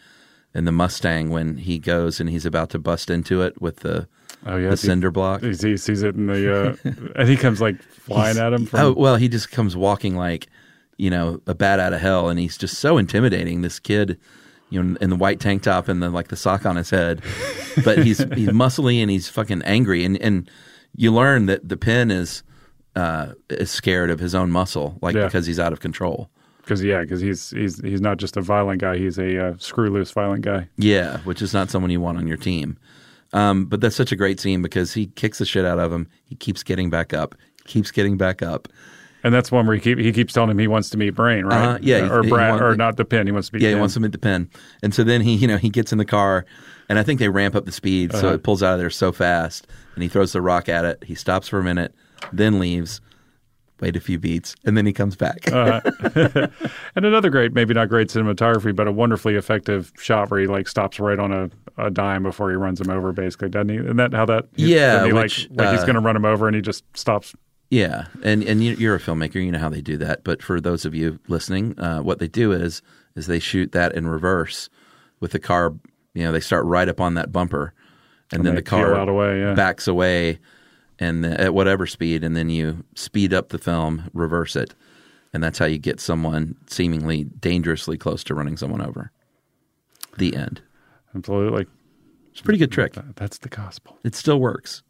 [SPEAKER 3] and the Mustang when he goes and he's about to bust into it with the
[SPEAKER 4] Oh yeah,
[SPEAKER 3] the cinder block.
[SPEAKER 4] He, he sees it in the, uh, and he comes like flying
[SPEAKER 3] He's-
[SPEAKER 4] at him. From,
[SPEAKER 3] Oh well, he just comes walking like you know a bat out of hell, and he's just so intimidating. This kid, you know, in the white tank top and the like the sock on his head, but he's he's muscly and he's fucking angry, and and you learn that the pin is uh, is scared of his own muscle, like
[SPEAKER 4] Yeah.
[SPEAKER 3] because he's out of control.
[SPEAKER 4] because yeah, because he's he's he's not just a violent guy. He's a uh, screw loose violent guy.
[SPEAKER 3] Yeah, which is not someone you want on your team. Um, but that's such a great scene because he kicks the shit out of him. He keeps getting back up, keeps getting back up.
[SPEAKER 4] And that's one where he, keep, he keeps telling him he wants to meet Brain, right?
[SPEAKER 3] Uh-huh, yeah,
[SPEAKER 4] or
[SPEAKER 3] he- he
[SPEAKER 4] Brad,
[SPEAKER 3] want-
[SPEAKER 4] or not the pin. He wants to meet.
[SPEAKER 3] Yeah, he
[SPEAKER 4] Pin.
[SPEAKER 3] wants to meet the pen. And so then he, you know, he gets in the car, and I think they ramp up the speed, so
[SPEAKER 4] Uh-huh.
[SPEAKER 3] it pulls out of there so fast. And he throws the rock at it. He stops for a minute, then leaves. Wait a few beats, and then he comes back.
[SPEAKER 4] Uh, and another great, maybe not great cinematography, but a wonderfully effective shot where he like stops right on a, a dime before he runs him over, basically, doesn't he? And that how that he-
[SPEAKER 3] Yeah,
[SPEAKER 4] doesn't he,
[SPEAKER 3] which,
[SPEAKER 4] like, like he's
[SPEAKER 3] uh,
[SPEAKER 4] going to run him over, and he just stops.
[SPEAKER 3] Yeah, and and you- you're a filmmaker, you know how they do that. But for those of you listening, uh, what they do is is they shoot that in reverse with the car. You know, they start right up on that bumper, and,
[SPEAKER 4] And
[SPEAKER 3] then
[SPEAKER 4] they
[SPEAKER 3] the car
[SPEAKER 4] peel out away, yeah.
[SPEAKER 3] backs away, and the, at whatever speed, and then you speed up the film, reverse it, and that's how you get someone seemingly dangerously close to running someone over. The end.
[SPEAKER 4] Absolutely,
[SPEAKER 3] it's a pretty good trick.
[SPEAKER 4] That's the gospel.
[SPEAKER 3] It still works.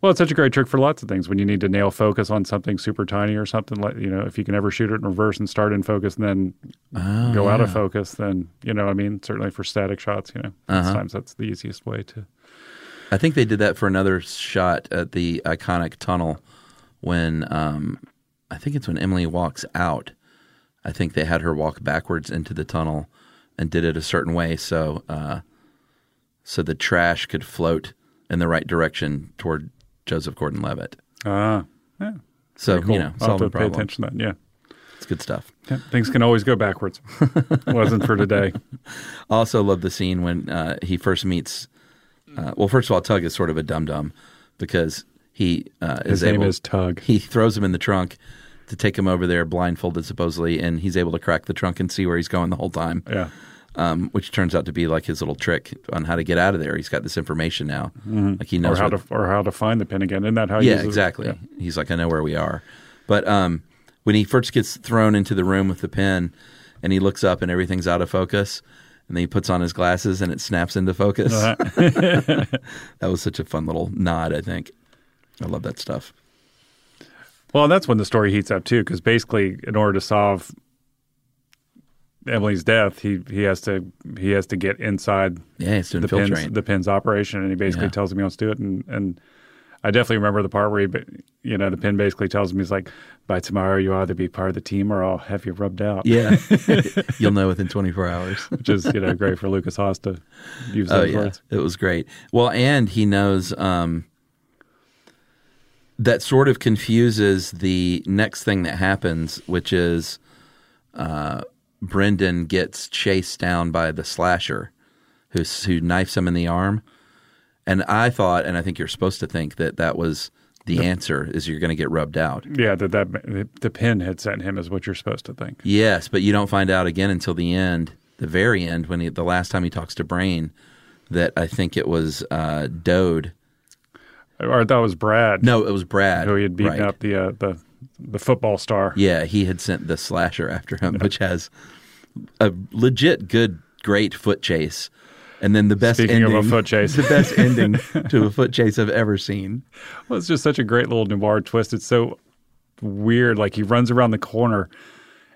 [SPEAKER 4] Well, it's such a great trick for lots of things when you need to nail focus on something super tiny or something. Like you know, if you can ever shoot it in reverse and start in focus and then
[SPEAKER 3] Oh,
[SPEAKER 4] go out of
[SPEAKER 3] yeah.
[SPEAKER 4] focus, then you know, what I mean, certainly for static shots, you know,
[SPEAKER 3] Uh-huh.
[SPEAKER 4] sometimes that's the easiest way to.
[SPEAKER 3] I think they did that for another shot at the iconic tunnel when um, I think it's when Emily walks out. I think they had her walk backwards into the tunnel and did it a certain way so uh, so the trash could float in the right direction toward Joseph Gordon-Levitt.
[SPEAKER 4] Ah, yeah.
[SPEAKER 3] So
[SPEAKER 4] Pretty cool.
[SPEAKER 3] you know,
[SPEAKER 4] I'll have
[SPEAKER 3] solving
[SPEAKER 4] to pay
[SPEAKER 3] problems.
[SPEAKER 4] attention to that. Yeah.
[SPEAKER 3] It's good stuff.
[SPEAKER 4] Yeah, things can always go backwards. Wasn't for today.
[SPEAKER 3] Also, love the scene when uh, he first meets. Uh, well, first of all, Tug is sort of a dum dum because he uh, is
[SPEAKER 4] His name
[SPEAKER 3] able.
[SPEAKER 4] is Tug.
[SPEAKER 3] He throws him in the trunk to take him over there, blindfolded supposedly, and he's able to crack the trunk and see where he's going the whole time.
[SPEAKER 4] Yeah.
[SPEAKER 3] Um, which turns out to be like his little trick on how to get out of there. He's got this information now,
[SPEAKER 4] Mhm.
[SPEAKER 3] like he knows
[SPEAKER 4] or how
[SPEAKER 3] what-
[SPEAKER 4] to or how to find the pin again. Isn't that how? he
[SPEAKER 3] yeah,
[SPEAKER 4] uses it?
[SPEAKER 3] exactly.
[SPEAKER 4] Yeah.
[SPEAKER 3] He's like, I know where we are. But um, when he first gets thrown into the room with the pen, and he looks up and everything's out of focus, and then he puts on his glasses and it snaps into focus.
[SPEAKER 4] Uh-huh.
[SPEAKER 3] that was such a fun little nod. I think I love that stuff.
[SPEAKER 4] Well, that's when the story heats up too, because basically, in order to solve Emily's death, he he has to he has to get inside.
[SPEAKER 3] Yeah, he has to
[SPEAKER 4] the pins,
[SPEAKER 3] infiltrate.
[SPEAKER 4] the pins operation, and he basically
[SPEAKER 3] Yeah.
[SPEAKER 4] tells him he wants to do it. And and I definitely remember the part where he, ba- you know, the pin basically tells him he's like, by tomorrow you either be part of the team or I'll have you rubbed out.
[SPEAKER 3] Yeah, you'll know within 24 hours,
[SPEAKER 4] which is you know great for Lucas Haas to use
[SPEAKER 3] Oh
[SPEAKER 4] those
[SPEAKER 3] yeah,
[SPEAKER 4] words.
[SPEAKER 3] it was great. Well, and he knows um, that sort of confuses the next thing that happens, which is uh, Brendan gets chased down by the slasher, who who knifes him in the arm. And I thought, and I think you're supposed to think that that was the
[SPEAKER 4] Yep.
[SPEAKER 3] answer: is you're going to get rubbed out.
[SPEAKER 4] Yeah, that that the pin had sent him is what you're supposed to think.
[SPEAKER 3] Yes, but you don't find out again until the end, the very end, when he, the last time he talks to Brain, that I think it was uh, Dode.
[SPEAKER 4] Or that was Brad.
[SPEAKER 3] No, it was Brad.
[SPEAKER 4] Who he had beaten
[SPEAKER 3] right.
[SPEAKER 4] up the uh, the the football star.
[SPEAKER 3] Yeah, he had sent the slasher after him, which has a legit good, great foot chase. And then the best
[SPEAKER 4] Speaking of a
[SPEAKER 3] ending,
[SPEAKER 4] foot chase.
[SPEAKER 3] the best ending to a foot chase I've ever seen.
[SPEAKER 4] Well, it's just such a great little noir twist. It's so weird. Like he runs around the corner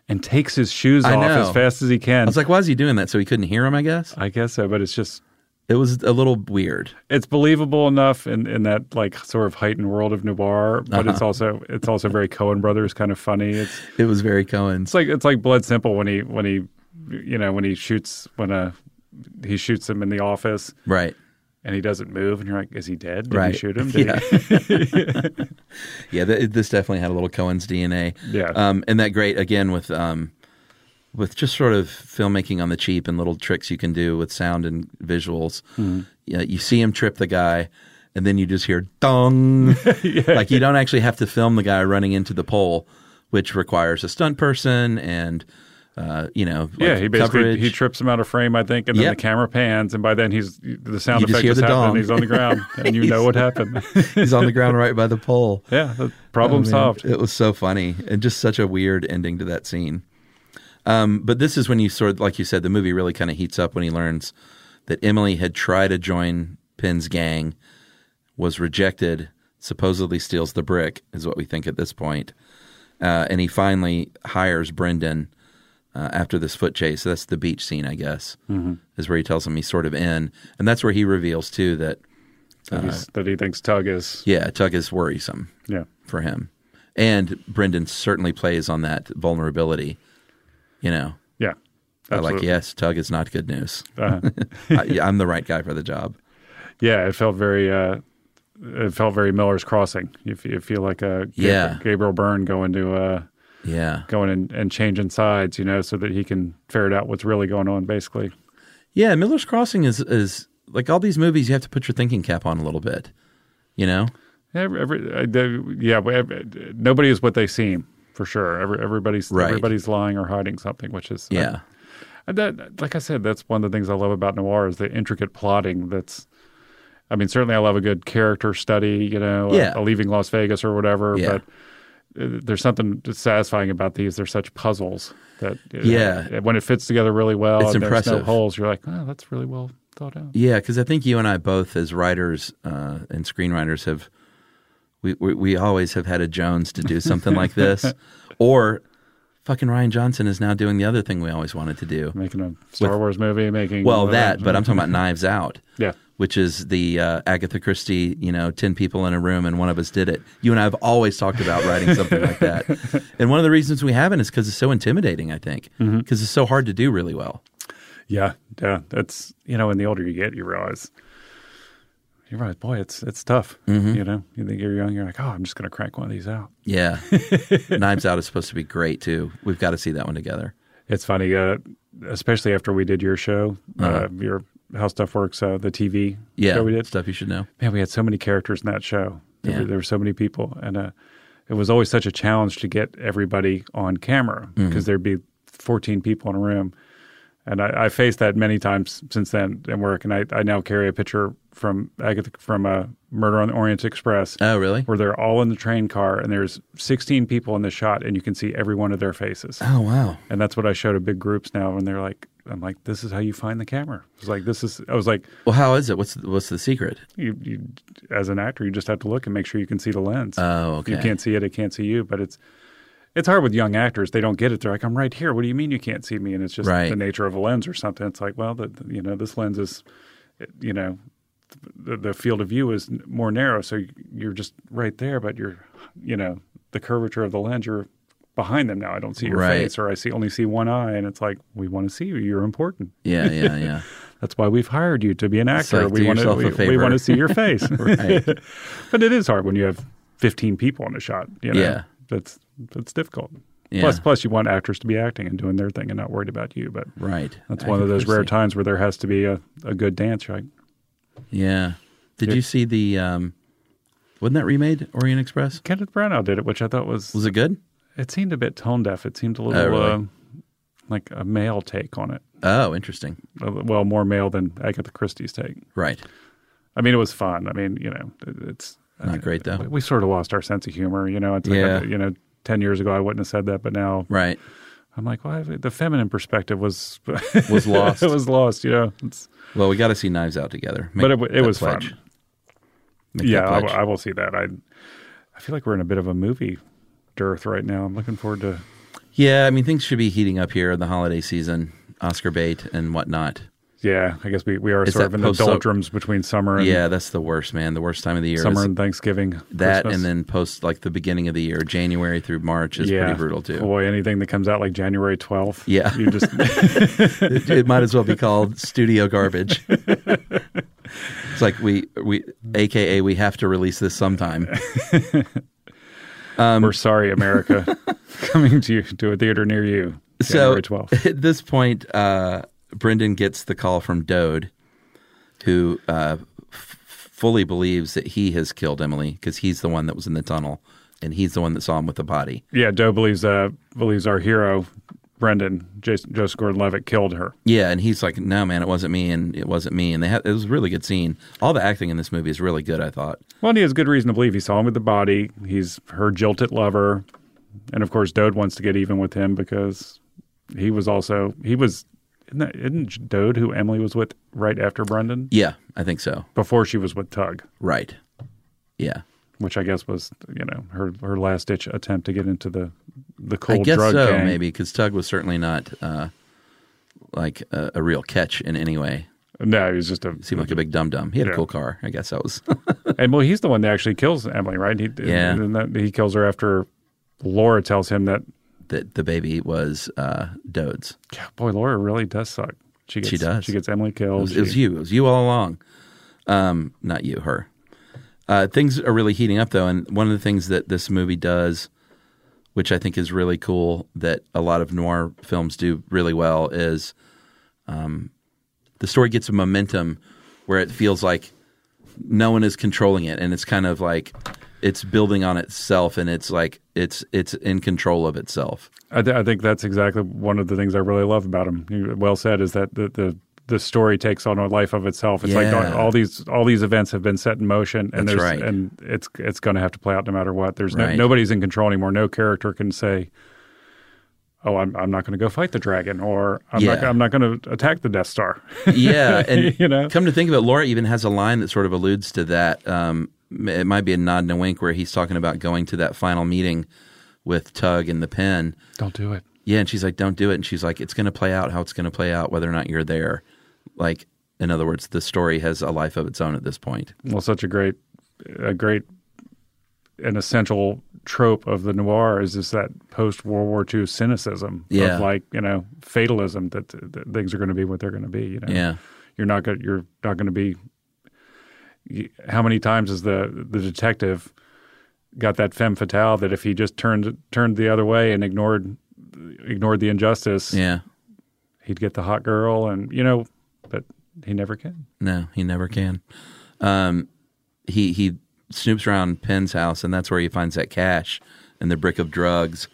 [SPEAKER 4] and takes his shoes
[SPEAKER 3] I
[SPEAKER 4] off
[SPEAKER 3] know.
[SPEAKER 4] as fast as he
[SPEAKER 3] I
[SPEAKER 4] can.
[SPEAKER 3] was like, why is he doing that? So he couldn't hear him, I guess?
[SPEAKER 4] I guess so, but it's just
[SPEAKER 3] It was a little weird.
[SPEAKER 4] it's believable enough in, in that like sort of heightened world of noir, but it's
[SPEAKER 3] Uh-huh.
[SPEAKER 4] also it's also very Cohen brothers kind of funny. It's
[SPEAKER 3] It was very Cohen.
[SPEAKER 4] It's like it's like Blood Simple when he when he you know when he shoots when uh he shoots him in the office.
[SPEAKER 3] Right.
[SPEAKER 4] And he doesn't move, and you're like, "Is he dead? Did
[SPEAKER 3] Right.
[SPEAKER 4] he shoot him? Did
[SPEAKER 3] Yeah.
[SPEAKER 4] he-
[SPEAKER 3] yeah, th- this definitely had a little Cohen's DNA.
[SPEAKER 4] Yeah.
[SPEAKER 3] um, and that great again with um, with just sort of filmmaking on the cheap and little tricks you can do with sound and visuals.
[SPEAKER 4] Mm-hmm.
[SPEAKER 6] Mhm.
[SPEAKER 3] Yeah, you see him trip the guy, and then you just hear dong. Like you don't actually have to film the guy running into the pole, which requires a stunt person and uh, you know, like
[SPEAKER 4] yeah, he basically
[SPEAKER 3] coverage.
[SPEAKER 4] he trips him out of frame, I think, and then
[SPEAKER 3] Yep.
[SPEAKER 4] the camera pans, and by then he's the sound
[SPEAKER 3] You just
[SPEAKER 4] effect
[SPEAKER 3] hear
[SPEAKER 4] has
[SPEAKER 3] the
[SPEAKER 4] happened.
[SPEAKER 3] dong.
[SPEAKER 4] And he's on the ground, and you know
[SPEAKER 3] He's-
[SPEAKER 4] what happened.
[SPEAKER 3] he's on the ground right by the pole.
[SPEAKER 4] Yeah, the problem
[SPEAKER 3] man,
[SPEAKER 4] solved.
[SPEAKER 3] It was so funny and just such a weird ending to that scene. Um, but this is when you sort of, like you said, the movie really kind of heats up when he learns that Emily had tried to join Penn's gang, was rejected, supposedly steals the brick, is what we think at this point. Uh, and he finally hires Brendan uh, after this foot chase. That's the beach scene, I guess,
[SPEAKER 4] Mhm.
[SPEAKER 3] is where he tells him he's sort of in. And that's where he reveals, too, that uh,
[SPEAKER 4] That he's- that he thinks Tug is.
[SPEAKER 3] Yeah, Tug is worrisome.
[SPEAKER 4] Yeah.
[SPEAKER 3] for him, and Brendan certainly plays on that vulnerability. You know.
[SPEAKER 4] Yeah,
[SPEAKER 3] I like
[SPEAKER 4] absolutely.
[SPEAKER 3] yes, Tug is not good news.
[SPEAKER 4] Uh-huh.
[SPEAKER 3] I, yeah, I'm the right guy for the job.
[SPEAKER 4] Yeah, it felt very. Uh, it felt very Miller's Crossing. You, f- you feel like a
[SPEAKER 3] Yeah.
[SPEAKER 4] Gabriel Byrne going to uh,
[SPEAKER 3] Yeah.
[SPEAKER 4] going and, and changing sides, you know, so that he can ferret out what's really going on, basically.
[SPEAKER 3] Yeah, Miller's Crossing is is like all these movies. You have to put your thinking cap on a little bit. You know.
[SPEAKER 4] Every, every, uh, they- yeah, but every- nobody is what they seem for sure. Every, everybody's
[SPEAKER 3] Right.
[SPEAKER 4] everybody's lying or hiding something, which is I-
[SPEAKER 3] Yeah.
[SPEAKER 4] and that, like I said, that's one of the things I love about noir is the intricate plotting. That's, I mean, certainly I love a good character study, you know, a-
[SPEAKER 3] Yeah.
[SPEAKER 4] a leaving Las Vegas or whatever.
[SPEAKER 3] Yeah.
[SPEAKER 4] But uh, there's something just satisfying about these. They're such puzzles that uh,
[SPEAKER 3] Yeah.
[SPEAKER 4] when it fits together really well,
[SPEAKER 3] It's
[SPEAKER 4] and There's
[SPEAKER 3] impressive.
[SPEAKER 4] no holes. You're like, oh, that's really well thought out.
[SPEAKER 3] Yeah, because I think you and I both, as writers uh, and screenwriters, have we, we we always have had a Jones to do something like this, or fucking Ryan Johnson is now doing the other thing we always wanted to do,
[SPEAKER 4] making a Star Wars movie, making
[SPEAKER 3] well
[SPEAKER 4] whatever.
[SPEAKER 3] that, but I'm talking about Knives Out,
[SPEAKER 4] Yeah.
[SPEAKER 3] which is the uh, Agatha Christie, you know, ten people in a room and one of us did it. You and I have always talked about writing something like that, and one of the reasons we haven't is because it's so intimidating. I think because
[SPEAKER 4] Mhm.
[SPEAKER 3] it's so hard to do really well.
[SPEAKER 4] Yeah, yeah. That's you know, and the older you get, you realize you realize, boy, it's it's tough.
[SPEAKER 3] Mhm.
[SPEAKER 4] You know, you think you're young, you're like, oh, I'm just gonna crank one of these out.
[SPEAKER 3] Yeah, Knives Out is supposed to be great too. We've got to see that one together.
[SPEAKER 4] It's funny, uh, especially after we did your show, uh
[SPEAKER 3] Uh-huh.
[SPEAKER 4] your How Stuff Works, uh, the TV
[SPEAKER 3] Yeah,
[SPEAKER 4] show we did.
[SPEAKER 3] stuff you should know.
[SPEAKER 4] Man, we had so many characters in that show. There,
[SPEAKER 3] Yeah.
[SPEAKER 4] were, there were so many people, and uh, it was always such a challenge to get everybody on camera
[SPEAKER 3] Mhm.
[SPEAKER 4] because there'd be 14 people in a room. And I, I faced that many times since then in work, and I, I now carry a picture from Agatha from uh, Murder on the Orient Express.
[SPEAKER 3] Oh, really?
[SPEAKER 4] Where they're all in the train car, and there's 16 people in the shot, and you can see every one of their faces.
[SPEAKER 3] Oh, wow.
[SPEAKER 4] And that's what I show to big groups now, and they're like, "I'm like, this is how you find the camera." It's like this is. I was like,
[SPEAKER 3] Well, how is it? What's what's the secret?
[SPEAKER 4] you, you as an actor you just have to look and make sure you can see the lens
[SPEAKER 3] Oh,
[SPEAKER 4] you
[SPEAKER 3] okay.
[SPEAKER 4] can't see it it can't see you but it's it's hard with young actors they don't get it they're like i'm right here what do you mean you can't see me and it's just
[SPEAKER 3] Right.
[SPEAKER 4] the nature of a lens or something it's like well the, the- you know this lens is you know the, the field of view is n- more narrow so you're just right there but you're you know the curvature of the lens you're behind them now i don't see your
[SPEAKER 3] Right.
[SPEAKER 4] face or i see only see one eye and it's like we want to see you you're important
[SPEAKER 3] Yeah, yeah, yeah.
[SPEAKER 4] that's why we've hired you to be an
[SPEAKER 3] It's
[SPEAKER 4] actor.
[SPEAKER 3] like,
[SPEAKER 4] we
[SPEAKER 3] do
[SPEAKER 4] want to
[SPEAKER 3] yourself
[SPEAKER 4] we,
[SPEAKER 3] a favor.
[SPEAKER 4] we want to see your face.
[SPEAKER 3] Right.
[SPEAKER 4] but it is hard when you have 15 people in a shot, you know.
[SPEAKER 3] Yeah.
[SPEAKER 4] That's that's difficult.
[SPEAKER 3] Yeah.
[SPEAKER 4] Plus plus you want actors to be acting and doing their thing and not worried about you, but
[SPEAKER 3] Right.
[SPEAKER 4] That's
[SPEAKER 3] I
[SPEAKER 4] one
[SPEAKER 3] can
[SPEAKER 4] of those rare
[SPEAKER 3] foresee.
[SPEAKER 4] times where there has to be a, a good dance, right?
[SPEAKER 3] Yeah. Did you see the? Um, wasn't that remade Orient Express?
[SPEAKER 4] Kenneth Branagh did it, which I thought was
[SPEAKER 3] was it good? Oh,
[SPEAKER 4] It seemed a bit tone deaf. It seemed a little
[SPEAKER 3] really?
[SPEAKER 4] um, like a male take on it.
[SPEAKER 3] Oh, interesting.
[SPEAKER 4] Uh, Well, more male than Agatha Christie's take.
[SPEAKER 3] Right.
[SPEAKER 4] I mean, it was fun. I mean, you know, it- it's uh,
[SPEAKER 3] Not great though.
[SPEAKER 4] we sort of lost our sense of humor. You know, it's like,
[SPEAKER 3] Yeah.
[SPEAKER 4] you know, ten years ago I wouldn't have said that, but now,
[SPEAKER 3] Right.
[SPEAKER 4] I'm like, well, the feminine perspective was
[SPEAKER 3] Was lost.
[SPEAKER 4] it was lost. You know, it's,
[SPEAKER 3] Well, we got to see Knives Out together. Make
[SPEAKER 4] but it, wa- it
[SPEAKER 3] that
[SPEAKER 4] was
[SPEAKER 3] pledge.
[SPEAKER 4] fun.
[SPEAKER 3] Make
[SPEAKER 4] yeah,
[SPEAKER 3] that
[SPEAKER 4] I,
[SPEAKER 3] pledge.
[SPEAKER 4] will- I will see that. I I feel like we're in a bit of a movie dearth right now. I'm looking forward to.
[SPEAKER 3] Yeah, I mean things should be heating up here in the holiday season, Oscar bait and whatnot.
[SPEAKER 4] yeah, I guess we, we are
[SPEAKER 3] It's
[SPEAKER 4] sort
[SPEAKER 3] that
[SPEAKER 4] of in the
[SPEAKER 3] post-
[SPEAKER 4] doldrums between summer and
[SPEAKER 3] yeah, that's the worst, man. The worst time of the year.
[SPEAKER 4] Summer
[SPEAKER 3] is-
[SPEAKER 4] and Thanksgiving,
[SPEAKER 3] That
[SPEAKER 4] Christmas.
[SPEAKER 3] and then post like the beginning of the year, January through March is pretty brutal too.
[SPEAKER 4] Boy, anything that comes out like January twelfth,
[SPEAKER 3] Yeah.
[SPEAKER 4] you just
[SPEAKER 3] it, it might as well be called studio garbage. it's like we we AKA we have to release this sometime. Um,
[SPEAKER 4] We're sorry, America, coming to you, to a theater near you.
[SPEAKER 3] So
[SPEAKER 4] January twelfth.
[SPEAKER 3] at this point, uh, Brendan gets the call from Dode, who uh, f- fully believes that he has killed Emily because he's the one that was in the tunnel and he's the one that saw him with the body.
[SPEAKER 4] Yeah, Doe believes uh believes our hero Brendan Jason, Joseph Gordon-Levitt killed her.
[SPEAKER 3] Yeah, and he's like, "No, man, it wasn't me, and it wasn't me." And they had it was a really good scene. All the acting in this movie is really good. I thought.
[SPEAKER 4] Well, and he has good reason to believe he saw him with the body. He's her jilted lover, and of course, Dode wants to get even with him because he was also he was isn't, that, isn't Dode who Emily was with right after Brendan
[SPEAKER 3] Yeah, I think so.
[SPEAKER 4] before she was with Tug,
[SPEAKER 3] Right. Yeah.
[SPEAKER 4] which I guess was you know her her last ditch attempt to get into the the cold
[SPEAKER 3] I guess
[SPEAKER 4] drug
[SPEAKER 3] so,
[SPEAKER 4] gang.
[SPEAKER 3] maybe because Tug was certainly not uh, like uh, a, a real catch in any way.
[SPEAKER 4] No, he was just a
[SPEAKER 3] seemed like a big dum dum. He had
[SPEAKER 4] Yeah.
[SPEAKER 3] a cool car. I guess that was
[SPEAKER 4] and well, he's the one that actually kills Emily, right? He,
[SPEAKER 3] Yeah.
[SPEAKER 4] and then that- he kills her after Laura tells him that.
[SPEAKER 3] that the baby was uh, Dode's.
[SPEAKER 4] Boy, Laura really does suck. She gets,
[SPEAKER 3] She does.
[SPEAKER 4] She gets Emily
[SPEAKER 3] It
[SPEAKER 4] killed.
[SPEAKER 3] was, it was
[SPEAKER 4] She-
[SPEAKER 3] you. It was you all along. Um, not you, her. Uh, things are really heating up though, and one of the things that this movie does, which I think is really cool, that a lot of noir films do really well, is um, the story gets a momentum where it feels like no one is controlling it, and it's kind of like it's building on itself, and it's like it's it's in control of itself.
[SPEAKER 4] I, th- I think that's exactly one of the things I really love about him. You well said is that the the, the story takes on a life of itself. It's like
[SPEAKER 3] Yeah.
[SPEAKER 4] all these all these events have been set in motion,
[SPEAKER 3] That's
[SPEAKER 4] and there's
[SPEAKER 3] right.
[SPEAKER 4] and it's it's going to have to play out no matter what. There's no,
[SPEAKER 3] Right.
[SPEAKER 4] nobody's in control anymore. No character can say. Oh, I'm, I'm not going to go fight the dragon, or I'm not
[SPEAKER 3] Yeah.
[SPEAKER 4] I'm not going to attack the Death Star.
[SPEAKER 3] yeah, and
[SPEAKER 4] you know,
[SPEAKER 3] come to think of it, Laura even has a line that sort of alludes to that. Um, m- it might be a nod and a wink where he's talking about going to that final meeting with Tug and the pen.
[SPEAKER 4] don't do it.
[SPEAKER 3] Yeah, and she's like, "Don't do it," and she's like, "It's going to play out how it's going to play out, whether or not you're there." Like, in other words, the story has a life of its own at this point.
[SPEAKER 4] Well, such a great, a great, an essential trope of the noir is is that post World War II cynicism
[SPEAKER 3] Yeah.
[SPEAKER 4] of like you know fatalism that, that things are going to be what they're going to be. You know,
[SPEAKER 3] Yeah.
[SPEAKER 4] you're not going you're not going to be. y- How many times has the the detective got that femme fatale that if he just turned turned the other way and ignored ignored the injustice,
[SPEAKER 3] Yeah,
[SPEAKER 4] he'd get the hot girl, and you know, but he never can.
[SPEAKER 3] no, he never can. Um, he he snoops around Penn's house, and that's where he finds that cash and the brick of drugs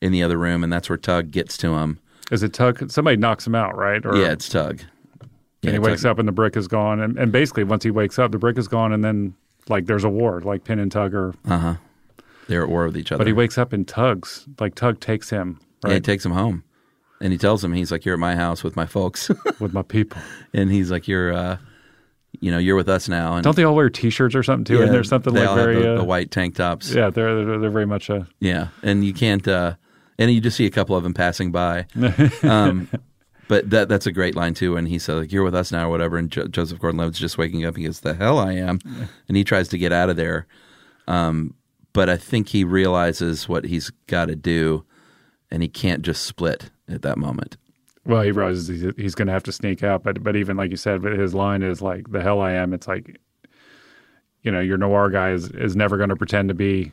[SPEAKER 3] in the other room, and that's where Tug gets to him.
[SPEAKER 4] Is it Tug? Somebody knocks him out, right? Or
[SPEAKER 3] yeah, it's Tug. Yeah,
[SPEAKER 4] and he
[SPEAKER 3] it's
[SPEAKER 4] wakes up and the brick is gone. And, and basically, once he wakes up, the brick is gone, and then like there's a war, like Pin and Tug are.
[SPEAKER 3] Uh huh. They're at war with each other.
[SPEAKER 4] But he wakes up and Tug's like Tug takes him
[SPEAKER 3] Yeah, he
[SPEAKER 4] right
[SPEAKER 3] takes him home, and he tells him he's like, "You're at my house with my folks,"
[SPEAKER 4] with my people.
[SPEAKER 3] and he's like, "You're, uh, you know, you're with us now." And
[SPEAKER 4] Don't they all wear T-shirts or something too?
[SPEAKER 3] Yeah,
[SPEAKER 4] and there's something
[SPEAKER 3] they
[SPEAKER 4] like
[SPEAKER 3] all have
[SPEAKER 4] very
[SPEAKER 3] the,
[SPEAKER 4] uh,
[SPEAKER 3] the white tank tops.
[SPEAKER 4] Yeah, they're, they're they're very much a
[SPEAKER 3] Yeah, and you can't, uh, and you just see a couple of them passing by. um, but that that's a great line too. And he says, like, "You're with us now," or whatever. And jo- Joseph Gordon-Levitt's just waking up. He goes, "The hell I am," and he tries to get out of there. Um, but I think he realizes what he's got to do, and he can't just split at that moment.
[SPEAKER 4] well. He realizes he's, he's going to have to sneak out, but but even like you said, but his line is like the hell I am. It's like you know your noir guy is is never going to pretend to be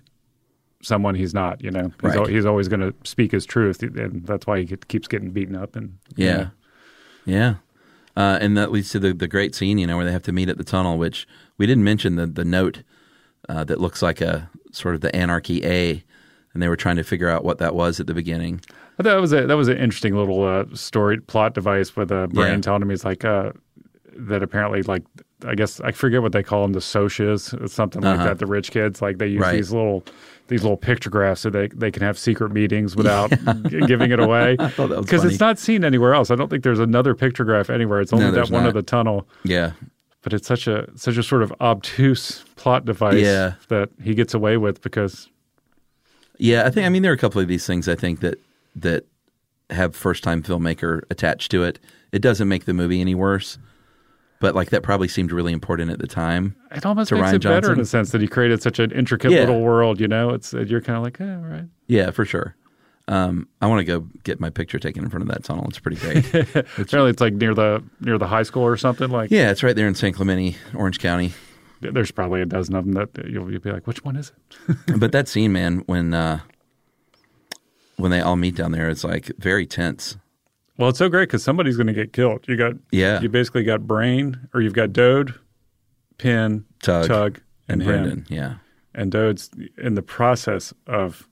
[SPEAKER 4] someone he's not. You know, he's,
[SPEAKER 3] Right.
[SPEAKER 4] al- he's always going to speak his truth, and that's why he get- keeps getting beaten up and you know.
[SPEAKER 3] Yeah. Yeah. Uh, and that leads to the, the great scene, you know, where they have to meet at the tunnel, which we didn't mention the, the note uh, that looks like a sort of the Anarchy A. And they were trying to figure out what that was at the beginning.
[SPEAKER 4] I thought that was a that was an interesting little uh, story plot device with a brain
[SPEAKER 3] Yeah.
[SPEAKER 4] telling me it's like uh, that apparently like I guess I forget what they call them the socias it's something like
[SPEAKER 3] Uh-huh.
[SPEAKER 4] that the rich kids like they use
[SPEAKER 3] Right.
[SPEAKER 4] these little these little pictographs so they they can have secret meetings without g- giving it away
[SPEAKER 3] I thought that was
[SPEAKER 4] because
[SPEAKER 3] funny.
[SPEAKER 4] it's not seen anywhere else I don't think there's another pictograph anywhere it's only that
[SPEAKER 3] there's
[SPEAKER 4] one
[SPEAKER 3] not.
[SPEAKER 4] of the tunnel
[SPEAKER 3] Yeah.
[SPEAKER 4] but it's such a such a sort of obtuse plot device
[SPEAKER 3] Yeah.
[SPEAKER 4] that he gets away with because
[SPEAKER 3] Yeah. I think, I mean, there are a couple of these things I think that, that have first time filmmaker attached to it. It doesn't make the movie any worse, but like that probably seemed really important at the time.
[SPEAKER 4] It almost
[SPEAKER 3] to
[SPEAKER 4] makes
[SPEAKER 3] Ryan
[SPEAKER 4] it better in
[SPEAKER 3] Johnson.
[SPEAKER 4] a sense that he created such an intricate
[SPEAKER 3] Yeah.
[SPEAKER 4] little world. You know, it's you're kind of like, eh, all right.
[SPEAKER 3] Yeah, for sure. Um, I want to go get my picture taken in front of that tunnel. It's pretty great.
[SPEAKER 4] Apparently, it's like near the near the high school or something. Like,
[SPEAKER 3] yeah, it's right there in San Clemente, Orange County.
[SPEAKER 4] there's probably a dozen of them that you'll, you'll be like, which one is it?
[SPEAKER 3] but that scene, man, when uh, when they all meet down there, it's like very tense.
[SPEAKER 4] Well, it's so great because somebody's going to get killed. You got
[SPEAKER 3] Yeah.
[SPEAKER 4] You basically got Brain, or you've got Dode, Pin,
[SPEAKER 3] Tug, and
[SPEAKER 4] and, him.
[SPEAKER 3] Brendan, yeah.
[SPEAKER 4] and Dode's in the process of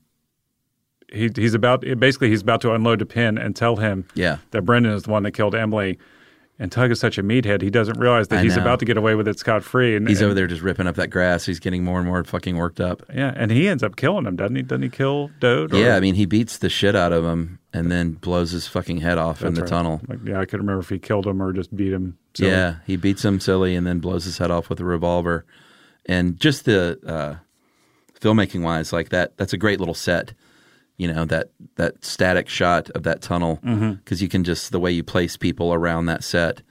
[SPEAKER 4] he he's about basically he's about to unload to Pin and tell him
[SPEAKER 3] Yeah.
[SPEAKER 4] that Brendan is the one that killed Emily. And Tug is such a meathead; he doesn't realize that
[SPEAKER 3] I
[SPEAKER 4] he's
[SPEAKER 3] know.
[SPEAKER 4] about to get away with it scot free. And
[SPEAKER 3] He's
[SPEAKER 4] and-
[SPEAKER 3] over there just ripping up that grass. He's getting more and more fucking worked up.
[SPEAKER 4] Yeah, and he ends up killing him, doesn't he? Doesn't he kill Dode? or-
[SPEAKER 3] Yeah, I mean, he beats the shit out of him and then blows his fucking head off in
[SPEAKER 4] That's
[SPEAKER 3] the
[SPEAKER 4] right.
[SPEAKER 3] tunnel.
[SPEAKER 4] Like, yeah, I could remember if he killed him or just beat him. So-
[SPEAKER 3] Yeah, he beats him silly and then blows his head off with a revolver. And just the uh, filmmaking wise, like that, that's a great little set. You know that that static shot of that tunnel because
[SPEAKER 4] Mhm.
[SPEAKER 3] you can just the way you place people around that set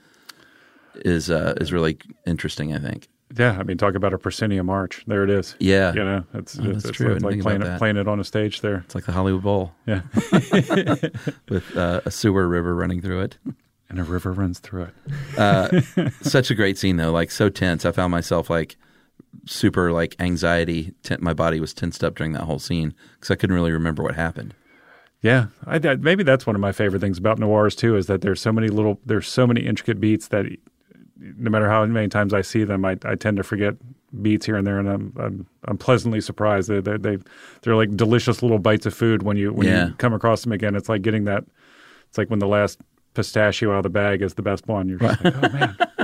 [SPEAKER 3] is uh, is really interesting. I think.
[SPEAKER 4] Yeah, I mean, talk about a proscenium arch. There it is.
[SPEAKER 3] Yeah.
[SPEAKER 4] you know, it's
[SPEAKER 3] Oh,
[SPEAKER 4] it's,
[SPEAKER 3] that's
[SPEAKER 4] it's
[SPEAKER 3] true. I didn't
[SPEAKER 4] like
[SPEAKER 3] think
[SPEAKER 4] playing
[SPEAKER 3] about
[SPEAKER 4] it,
[SPEAKER 3] that.
[SPEAKER 4] playing it on a stage there.
[SPEAKER 3] It's like the Hollywood Bowl.
[SPEAKER 4] Yeah.
[SPEAKER 3] With uh, a sewer river running through it.
[SPEAKER 4] And a river runs through it.
[SPEAKER 3] Uh, such a great scene, though. Like, so tense. I found myself, like, super, like, anxiety. Ten- my body was tensed up during that whole scene because I couldn't really remember what happened.
[SPEAKER 4] Yeah, I, that, maybe that's one of my favorite things about noirs too is that there's so many little, there's so many intricate beats that no matter how many times I see them, I, I tend to forget beats here and there, and I'm I'm, I'm pleasantly surprised they they they they're like delicious little bites of food when you when
[SPEAKER 3] Yeah.
[SPEAKER 4] you come across them again. It's like getting that, it's like when the last pistachio out of the bag is the best one. You're just like, oh man,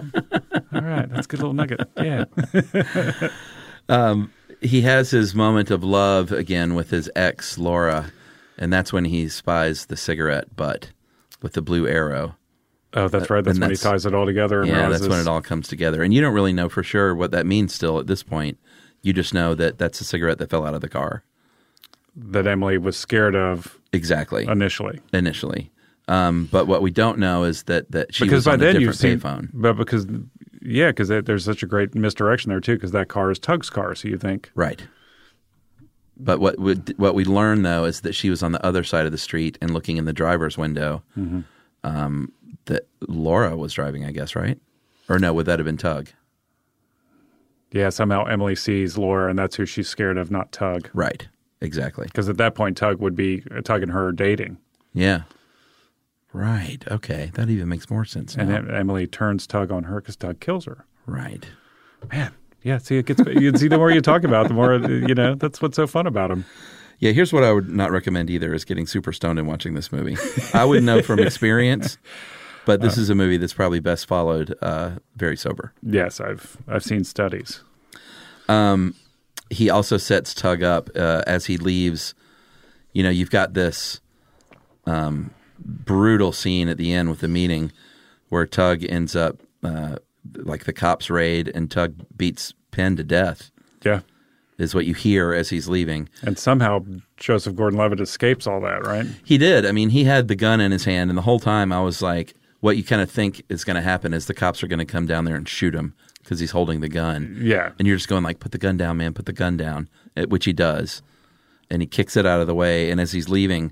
[SPEAKER 4] all right, that's a good little nugget. Yeah,
[SPEAKER 3] Um, he has his moment of love again with his ex, Laura, and that's when he spies the cigarette butt with the blue arrow. Uh,
[SPEAKER 4] Oh, that's right. That's
[SPEAKER 3] And
[SPEAKER 4] when he ties it all together and
[SPEAKER 3] Yeah, that's
[SPEAKER 4] realizes-
[SPEAKER 3] when it all comes together. And you don't really know for sure what that means still at this point. You just know that that's a cigarette that fell out of the car.
[SPEAKER 4] that Emily was scared of
[SPEAKER 3] Exactly.
[SPEAKER 4] initially.
[SPEAKER 3] Initially. Um, but what we don't know is that, that she was on a different payphone.
[SPEAKER 4] but because yeah, because there's such a great misdirection there too. Because that car is Tug's car, so you think
[SPEAKER 3] Right. But what we, what we learned though is that she was on the other side of the street and looking in the driver's window.
[SPEAKER 4] Mhm.
[SPEAKER 3] Um, that Laura was driving, I guess, right? Or no, would that have been Tug?
[SPEAKER 4] yeah, somehow Emily sees Laura, and that's who she's scared of, not Tug.
[SPEAKER 3] Right. Exactly.
[SPEAKER 4] Because at that point, Tug would be Tug and her are dating,
[SPEAKER 3] Yeah. Right. Okay. That even makes more sense now.
[SPEAKER 4] and then Emily turns Tug on her because Tug kills her.
[SPEAKER 3] right.
[SPEAKER 4] Yeah, see, it gets. you see, the more you talk about, it, the more you know. That's what's so fun about him.
[SPEAKER 3] Yeah, here's what I would not recommend either is getting super stoned and watching this movie. I would know from experience, but
[SPEAKER 4] Uh-huh.
[SPEAKER 3] this is a movie that's probably best followed uh, very sober.
[SPEAKER 4] Yes, I've I've seen studies.
[SPEAKER 3] Um, he also sets Tug up uh, as he leaves. You know, you've got this um, brutal scene at the end with the meeting where Tug ends up uh, like the cops raid and Tug beats Penn to death.
[SPEAKER 4] Yeah.
[SPEAKER 3] Is what you hear as he's leaving.
[SPEAKER 4] And somehow Joseph Gordon-Levitt escapes all that, right?
[SPEAKER 3] He did. I mean, he had the gun in his hand, and the whole time I was like, what you kind of think is going to happen is the cops are going to come down there and shoot him because he's holding the gun.
[SPEAKER 4] Yeah.
[SPEAKER 3] And you're just going like, put the gun down, man, put the gun down, eh, which he does. And he kicks it out of the way. And as he's leaving,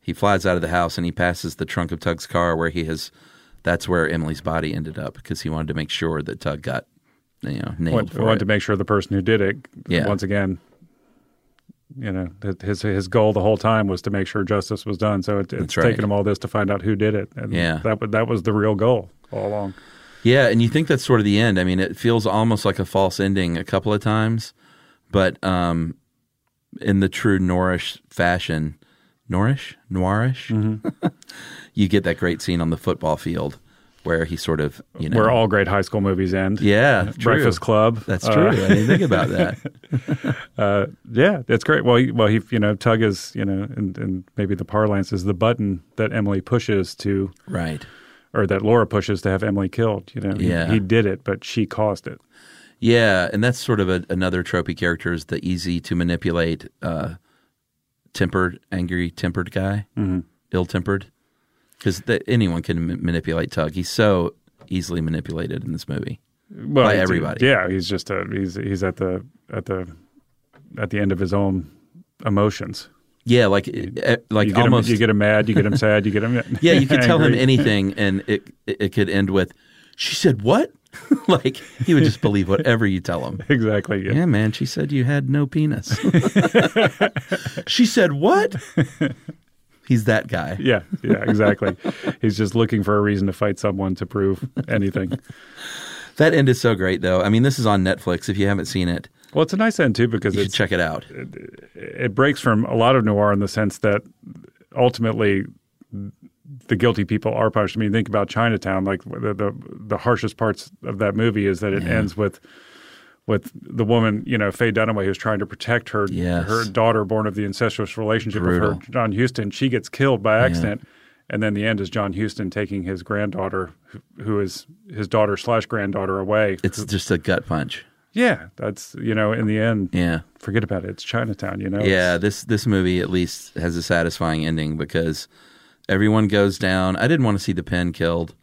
[SPEAKER 3] he flies out of the house and he passes the trunk of Tug's car where he has, that's where Emily's body ended up because he wanted to make sure that Tug got, you know, nailed
[SPEAKER 4] want,
[SPEAKER 3] for it.
[SPEAKER 4] want to make sure the person who did it
[SPEAKER 3] Yeah.
[SPEAKER 4] once again you know that his his goal the whole time was to make sure justice was done so it, it's
[SPEAKER 3] right.
[SPEAKER 4] taken him all this to find out who did it and
[SPEAKER 3] Yeah.
[SPEAKER 4] that wa- that was the real goal all along
[SPEAKER 3] Yeah, and you think that's sort of the end. I mean, it feels almost like a false ending a couple of times, but um, in the true Noirish fashion, Noirish, Noirish,
[SPEAKER 4] Mm-hmm.
[SPEAKER 3] you get that great scene on the football field where he sort of, you know,
[SPEAKER 4] where all great high school movies end
[SPEAKER 3] yeah, true.
[SPEAKER 4] breakfast club
[SPEAKER 3] That's
[SPEAKER 4] Uh,
[SPEAKER 3] true. I didn't think about that.
[SPEAKER 4] uh, yeah that's great well he, well he you know tug is you know and, and maybe the parlance is the button that emily pushes to
[SPEAKER 3] Right.
[SPEAKER 4] or that laura pushes to have emily killed you know He-
[SPEAKER 3] Yeah.
[SPEAKER 4] he did it but she caused it
[SPEAKER 3] Yeah, and that's sort of a, another tropey character is the easy to manipulate, uh, tempered, angry, tempered guy,
[SPEAKER 4] Mhm.
[SPEAKER 3] ill tempered. because anyone can ma- manipulate Tug. He's so easily manipulated in this movie
[SPEAKER 4] Well,
[SPEAKER 3] by
[SPEAKER 4] it's-
[SPEAKER 3] everybody.
[SPEAKER 4] Yeah, he's just a, he's he's at the at the at the end of his own emotions.
[SPEAKER 3] Yeah, like eh, like
[SPEAKER 4] you get
[SPEAKER 3] almost
[SPEAKER 4] him, you get him mad, you get him sad, you get him
[SPEAKER 3] yeah, you could tell him
[SPEAKER 4] angry.
[SPEAKER 3] anything, and it it it could end with, "She said what?" like he would just believe whatever you tell him.
[SPEAKER 4] Exactly. Yeah.
[SPEAKER 3] man. She said you had no penis. she said what? He's that guy.
[SPEAKER 4] Yeah, yeah, exactly. He's just looking for a reason to fight someone to prove anything.
[SPEAKER 3] That end is so great, though. I mean, this is on Netflix. If you haven't seen it,
[SPEAKER 4] well, it's a nice end too because
[SPEAKER 3] you should check it out.
[SPEAKER 4] it breaks from a lot of noir in the sense that ultimately the guilty people are punished. I mean, think about Chinatown. Like the the, the harshest parts of that movie is that it
[SPEAKER 3] Yeah.
[SPEAKER 4] ends with with the woman, you know, Faye Dunaway, who's trying to protect her
[SPEAKER 3] Yes.
[SPEAKER 4] her daughter born of the incestuous relationship
[SPEAKER 3] Brutal.
[SPEAKER 4] of her John Houston. She gets killed by
[SPEAKER 3] Yeah.
[SPEAKER 4] accident. And then the end is John Houston taking his granddaughter, who- who is his daughter slash granddaughter, away.
[SPEAKER 3] It's just a gut punch.
[SPEAKER 4] Yeah, that's you know, in the end,
[SPEAKER 3] Yeah.
[SPEAKER 4] forget about it. It's Chinatown, you know.
[SPEAKER 3] yeah, this this movie at least has a satisfying ending because everyone goes down. I didn't want to see the pen killed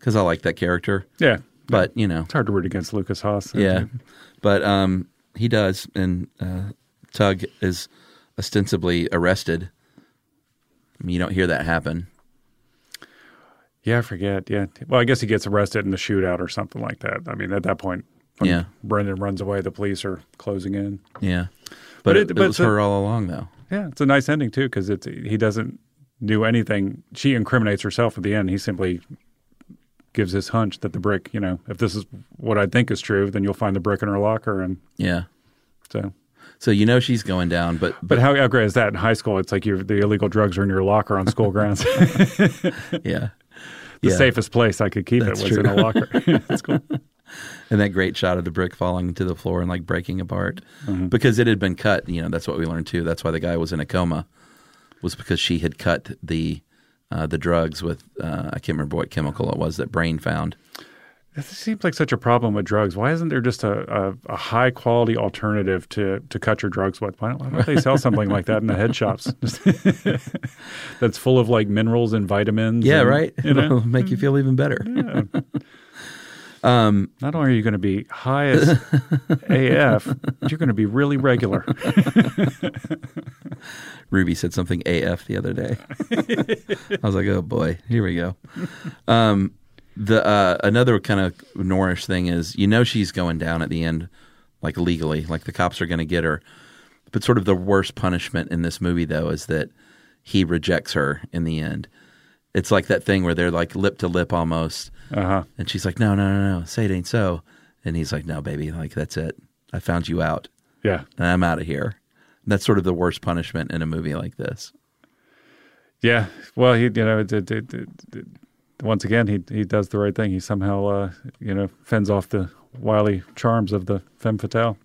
[SPEAKER 3] because I like that character.
[SPEAKER 4] Yeah.
[SPEAKER 3] but you know, it's
[SPEAKER 4] hard to root against Lucas Haas.
[SPEAKER 3] Yeah, but um, he does, and uh, Tug is ostensibly arrested. I mean, you don't hear that happen.
[SPEAKER 4] Yeah, I forget. Yeah. Well, I guess he gets arrested in the shootout or something like that. I mean, at that point, when
[SPEAKER 3] Yeah.
[SPEAKER 4] Brendan runs away, the police are closing in.
[SPEAKER 3] Yeah, but,
[SPEAKER 4] But
[SPEAKER 3] it,
[SPEAKER 4] it-
[SPEAKER 3] it
[SPEAKER 4] but
[SPEAKER 3] was
[SPEAKER 4] the-
[SPEAKER 3] her all along, though.
[SPEAKER 4] Yeah, it's a nice ending too because it's he doesn't do anything. She incriminates herself at the end. He simply gives his hunch that the brick, you know, if this is what I think is true, then you'll find the brick in her locker. And
[SPEAKER 3] Yeah,
[SPEAKER 4] so
[SPEAKER 3] so you know she's going down, but
[SPEAKER 4] But how, how great is that in high school? It's like you the illegal drugs are in your locker on school grounds.
[SPEAKER 3] yeah,
[SPEAKER 4] The
[SPEAKER 3] Yeah.
[SPEAKER 4] safest place I could keep
[SPEAKER 3] That's
[SPEAKER 4] it was
[SPEAKER 3] true.
[SPEAKER 4] in a locker. That's cool.
[SPEAKER 3] and that great shot of the brick falling to the floor and like breaking apart because it had been cut. You know, that's what we learned too. That's why the guy was in a coma was because she had cut the uh, the drugs with uh, I can't remember what chemical it was that Brain found.
[SPEAKER 4] This seems like such a problem with drugs. Why isn't there just a, a, a high quality alternative to, to cut your drugs with? Why don't, why don't they sell something like that in the head shops? That's full of like minerals and vitamins.
[SPEAKER 3] Yeah,
[SPEAKER 4] and,
[SPEAKER 3] right.
[SPEAKER 4] You know?
[SPEAKER 3] It'll make you feel even better.
[SPEAKER 4] um, Not only are you going to be high as AF, you're going to be really regular.
[SPEAKER 3] Ruby said something AF the other day. I was like, oh boy, here we go. Um, the uh, another kind of noirish thing is, you know, she's going down at the end, like legally, like the cops are going to get her. But sort of the worst punishment in this movie, though, is that he rejects her in the end. It's like that thing where they're like lip to lip almost,
[SPEAKER 4] Uh-huh.
[SPEAKER 3] and she's like, "No, no, no, no, say it ain't so," and he's like, "No, baby, like that's it. I found you out.
[SPEAKER 4] Yeah.
[SPEAKER 3] and I'm out of here." That's sort of the worst punishment in a movie like this.
[SPEAKER 4] Yeah. Well, he, you know, it, it, it, it, it- once again, he he does the right thing. He somehow, uh, you know, fends off the wily charms of the femme fatale.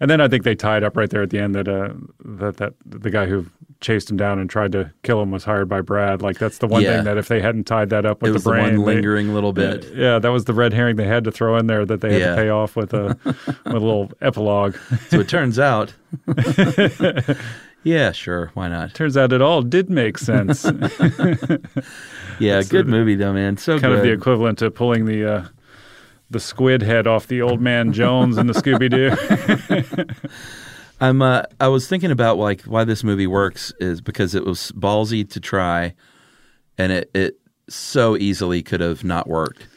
[SPEAKER 4] And then I think they tied up right there at the end that uh, that that the guy who chased him down and tried to kill him was hired by Brad. Like that's the one
[SPEAKER 3] Yeah.
[SPEAKER 4] thing that if they hadn't tied that up with
[SPEAKER 3] it was
[SPEAKER 4] the
[SPEAKER 3] one
[SPEAKER 4] brain, they-
[SPEAKER 3] lingering little bit.
[SPEAKER 4] yeah, that was the red herring they had to throw in there that they had
[SPEAKER 3] Yeah.
[SPEAKER 4] to pay off with a with a little epilogue.
[SPEAKER 3] So it turns out, yeah, sure, why not?
[SPEAKER 4] Turns out it all did make sense.
[SPEAKER 3] Yeah,
[SPEAKER 4] That's
[SPEAKER 3] good
[SPEAKER 4] the-
[SPEAKER 3] movie though, man. So
[SPEAKER 4] kind of the
[SPEAKER 3] good.
[SPEAKER 4] equivalent to pulling the uh, the squid head off the old man Jones in the Scooby Doo.
[SPEAKER 3] I'm. Uh, I was thinking about like why this movie works is because it was ballsy to try, and it it so easily could have not worked,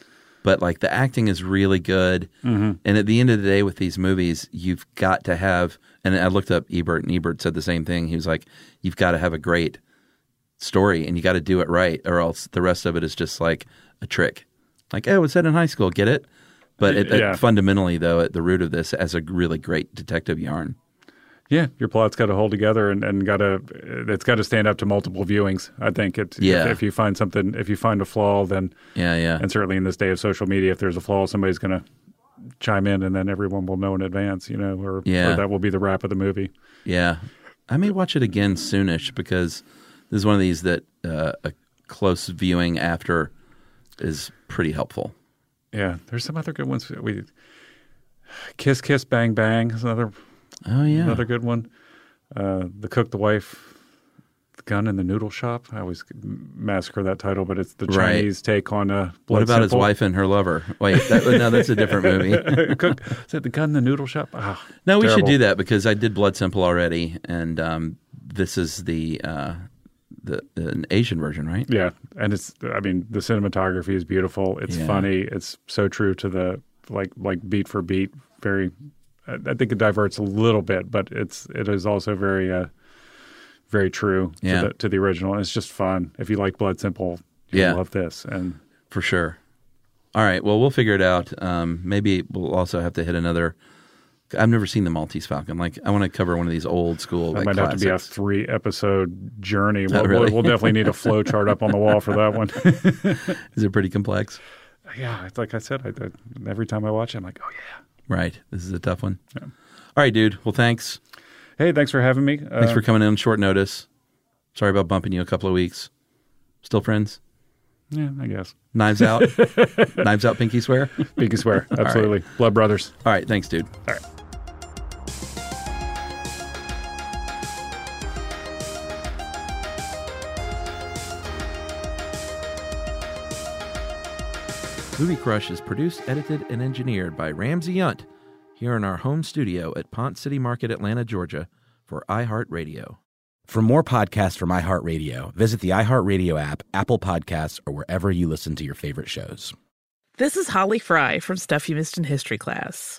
[SPEAKER 3] but like the acting is really good,
[SPEAKER 4] Mhm.
[SPEAKER 3] and at the end of the day with these movies, you've got to have. And I looked up Ebert, and Ebert said the same thing. He was like, "You've got to have a great story, and you got to do it right, or else the rest of it is just like a trick. Like, oh, it's set in high school, get it." But it, it-
[SPEAKER 4] Yeah.
[SPEAKER 3] fundamentally, though, at the root of this, as a really great detective yarn.
[SPEAKER 4] yeah, your plot's got to hold together and, and got to it's got to stand up to multiple viewings. I think it.
[SPEAKER 3] Yeah.
[SPEAKER 4] If, if you find something, if you find a flaw, then
[SPEAKER 3] Yeah, yeah.
[SPEAKER 4] and certainly in this day of social media, if there's a flaw, somebody's going to chime in, and then everyone will know in advance. You know, or,
[SPEAKER 3] Yeah.
[SPEAKER 4] or that will be the wrap of the movie.
[SPEAKER 3] Yeah. I may watch it again soonish because this is one of these that uh, a close viewing after is pretty helpful.
[SPEAKER 4] Yeah, there's some other good ones. We kiss, kiss, bang, bang is another.
[SPEAKER 3] Oh yeah,
[SPEAKER 4] another good one. Uh, the cook, the wife, the gun in the noodle shop. I always massacre that title, but it's the
[SPEAKER 3] Right.
[SPEAKER 4] Chinese take on uh,
[SPEAKER 3] What
[SPEAKER 4] Blood
[SPEAKER 3] about his
[SPEAKER 4] Simple.
[SPEAKER 3] wife and her lover? Wait, that, no, that's a different movie.
[SPEAKER 4] Cook said the gun in the noodle shop. Ah,
[SPEAKER 3] No, we
[SPEAKER 4] terrible.
[SPEAKER 3] should do that because I did Blood Simple already, and um, this is the uh, the an Asian version, right?
[SPEAKER 4] Yeah, and it's I mean the cinematography is beautiful. It's
[SPEAKER 3] Yeah.
[SPEAKER 4] funny. It's so true to the like like beat for beat. Very, I I think it diverts a little bit, but it's it is also very uh very true
[SPEAKER 3] Yeah.
[SPEAKER 4] to, the, to the original. And it's just fun. If you like Blood Simple, you'll
[SPEAKER 3] Yeah.
[SPEAKER 4] love this. And
[SPEAKER 3] for sure. All right, well, we'll figure it out. Um, maybe we'll also have to hit another. I've never seen the Maltese Falcon. Like, I want to cover one of these old school.
[SPEAKER 4] that
[SPEAKER 3] Like,
[SPEAKER 4] might have to be a
[SPEAKER 3] classics.
[SPEAKER 4] three episode journey.
[SPEAKER 3] Oh,
[SPEAKER 4] We'll,
[SPEAKER 3] really?
[SPEAKER 4] we'll, we'll definitely need a flow chart up on the wall for that one.
[SPEAKER 3] Is it pretty complex?
[SPEAKER 4] yeah, it's like I said, I, I, every time I watch it, I'm like, oh yeah.
[SPEAKER 3] Right. This is a tough one. All right, dude. Well, thanks.
[SPEAKER 4] Hey, thanks for having me. Uh,
[SPEAKER 3] Thanks for coming in on short notice. Sorry about bumping you a couple of weeks. Still friends?
[SPEAKER 4] Yeah, I guess.
[SPEAKER 3] Knives out. Knives out, pinky swear.
[SPEAKER 4] Pinky swear. Absolutely. Blood brothers.
[SPEAKER 3] All right. Thanks, dude.
[SPEAKER 4] All right.
[SPEAKER 3] Movie Crush is produced, edited, and engineered by Ramsey Yunt here in our home studio at Pont City Market, Atlanta, Georgia, for iHeartRadio.
[SPEAKER 2] For more podcasts from iHeartRadio, visit the iHeartRadio app, Apple Podcasts, or wherever you listen to your favorite shows.
[SPEAKER 6] This is Holly Fry from Stuff You Missed in History class.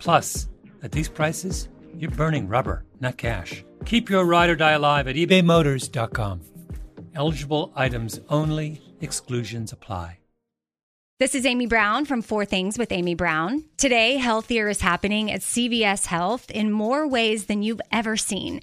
[SPEAKER 8] Plus, at these prices, you're burning rubber, not cash. Keep your ride or die alive at ebaymotors.com. Eligible items only, exclusions apply.
[SPEAKER 9] This is Amy Brown from Four Things with Amy Brown. Today, healthier is happening at CVS Health in more ways than you've ever seen.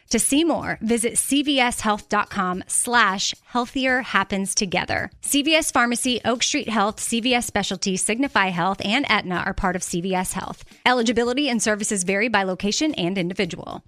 [SPEAKER 9] To see more, visit cvshealth.com slash healthier happens together. CVS Pharmacy, Oak Street Health, CVS Specialty, Signify Health, and Aetna are part of CVS Health. Eligibility and services vary by location and individual.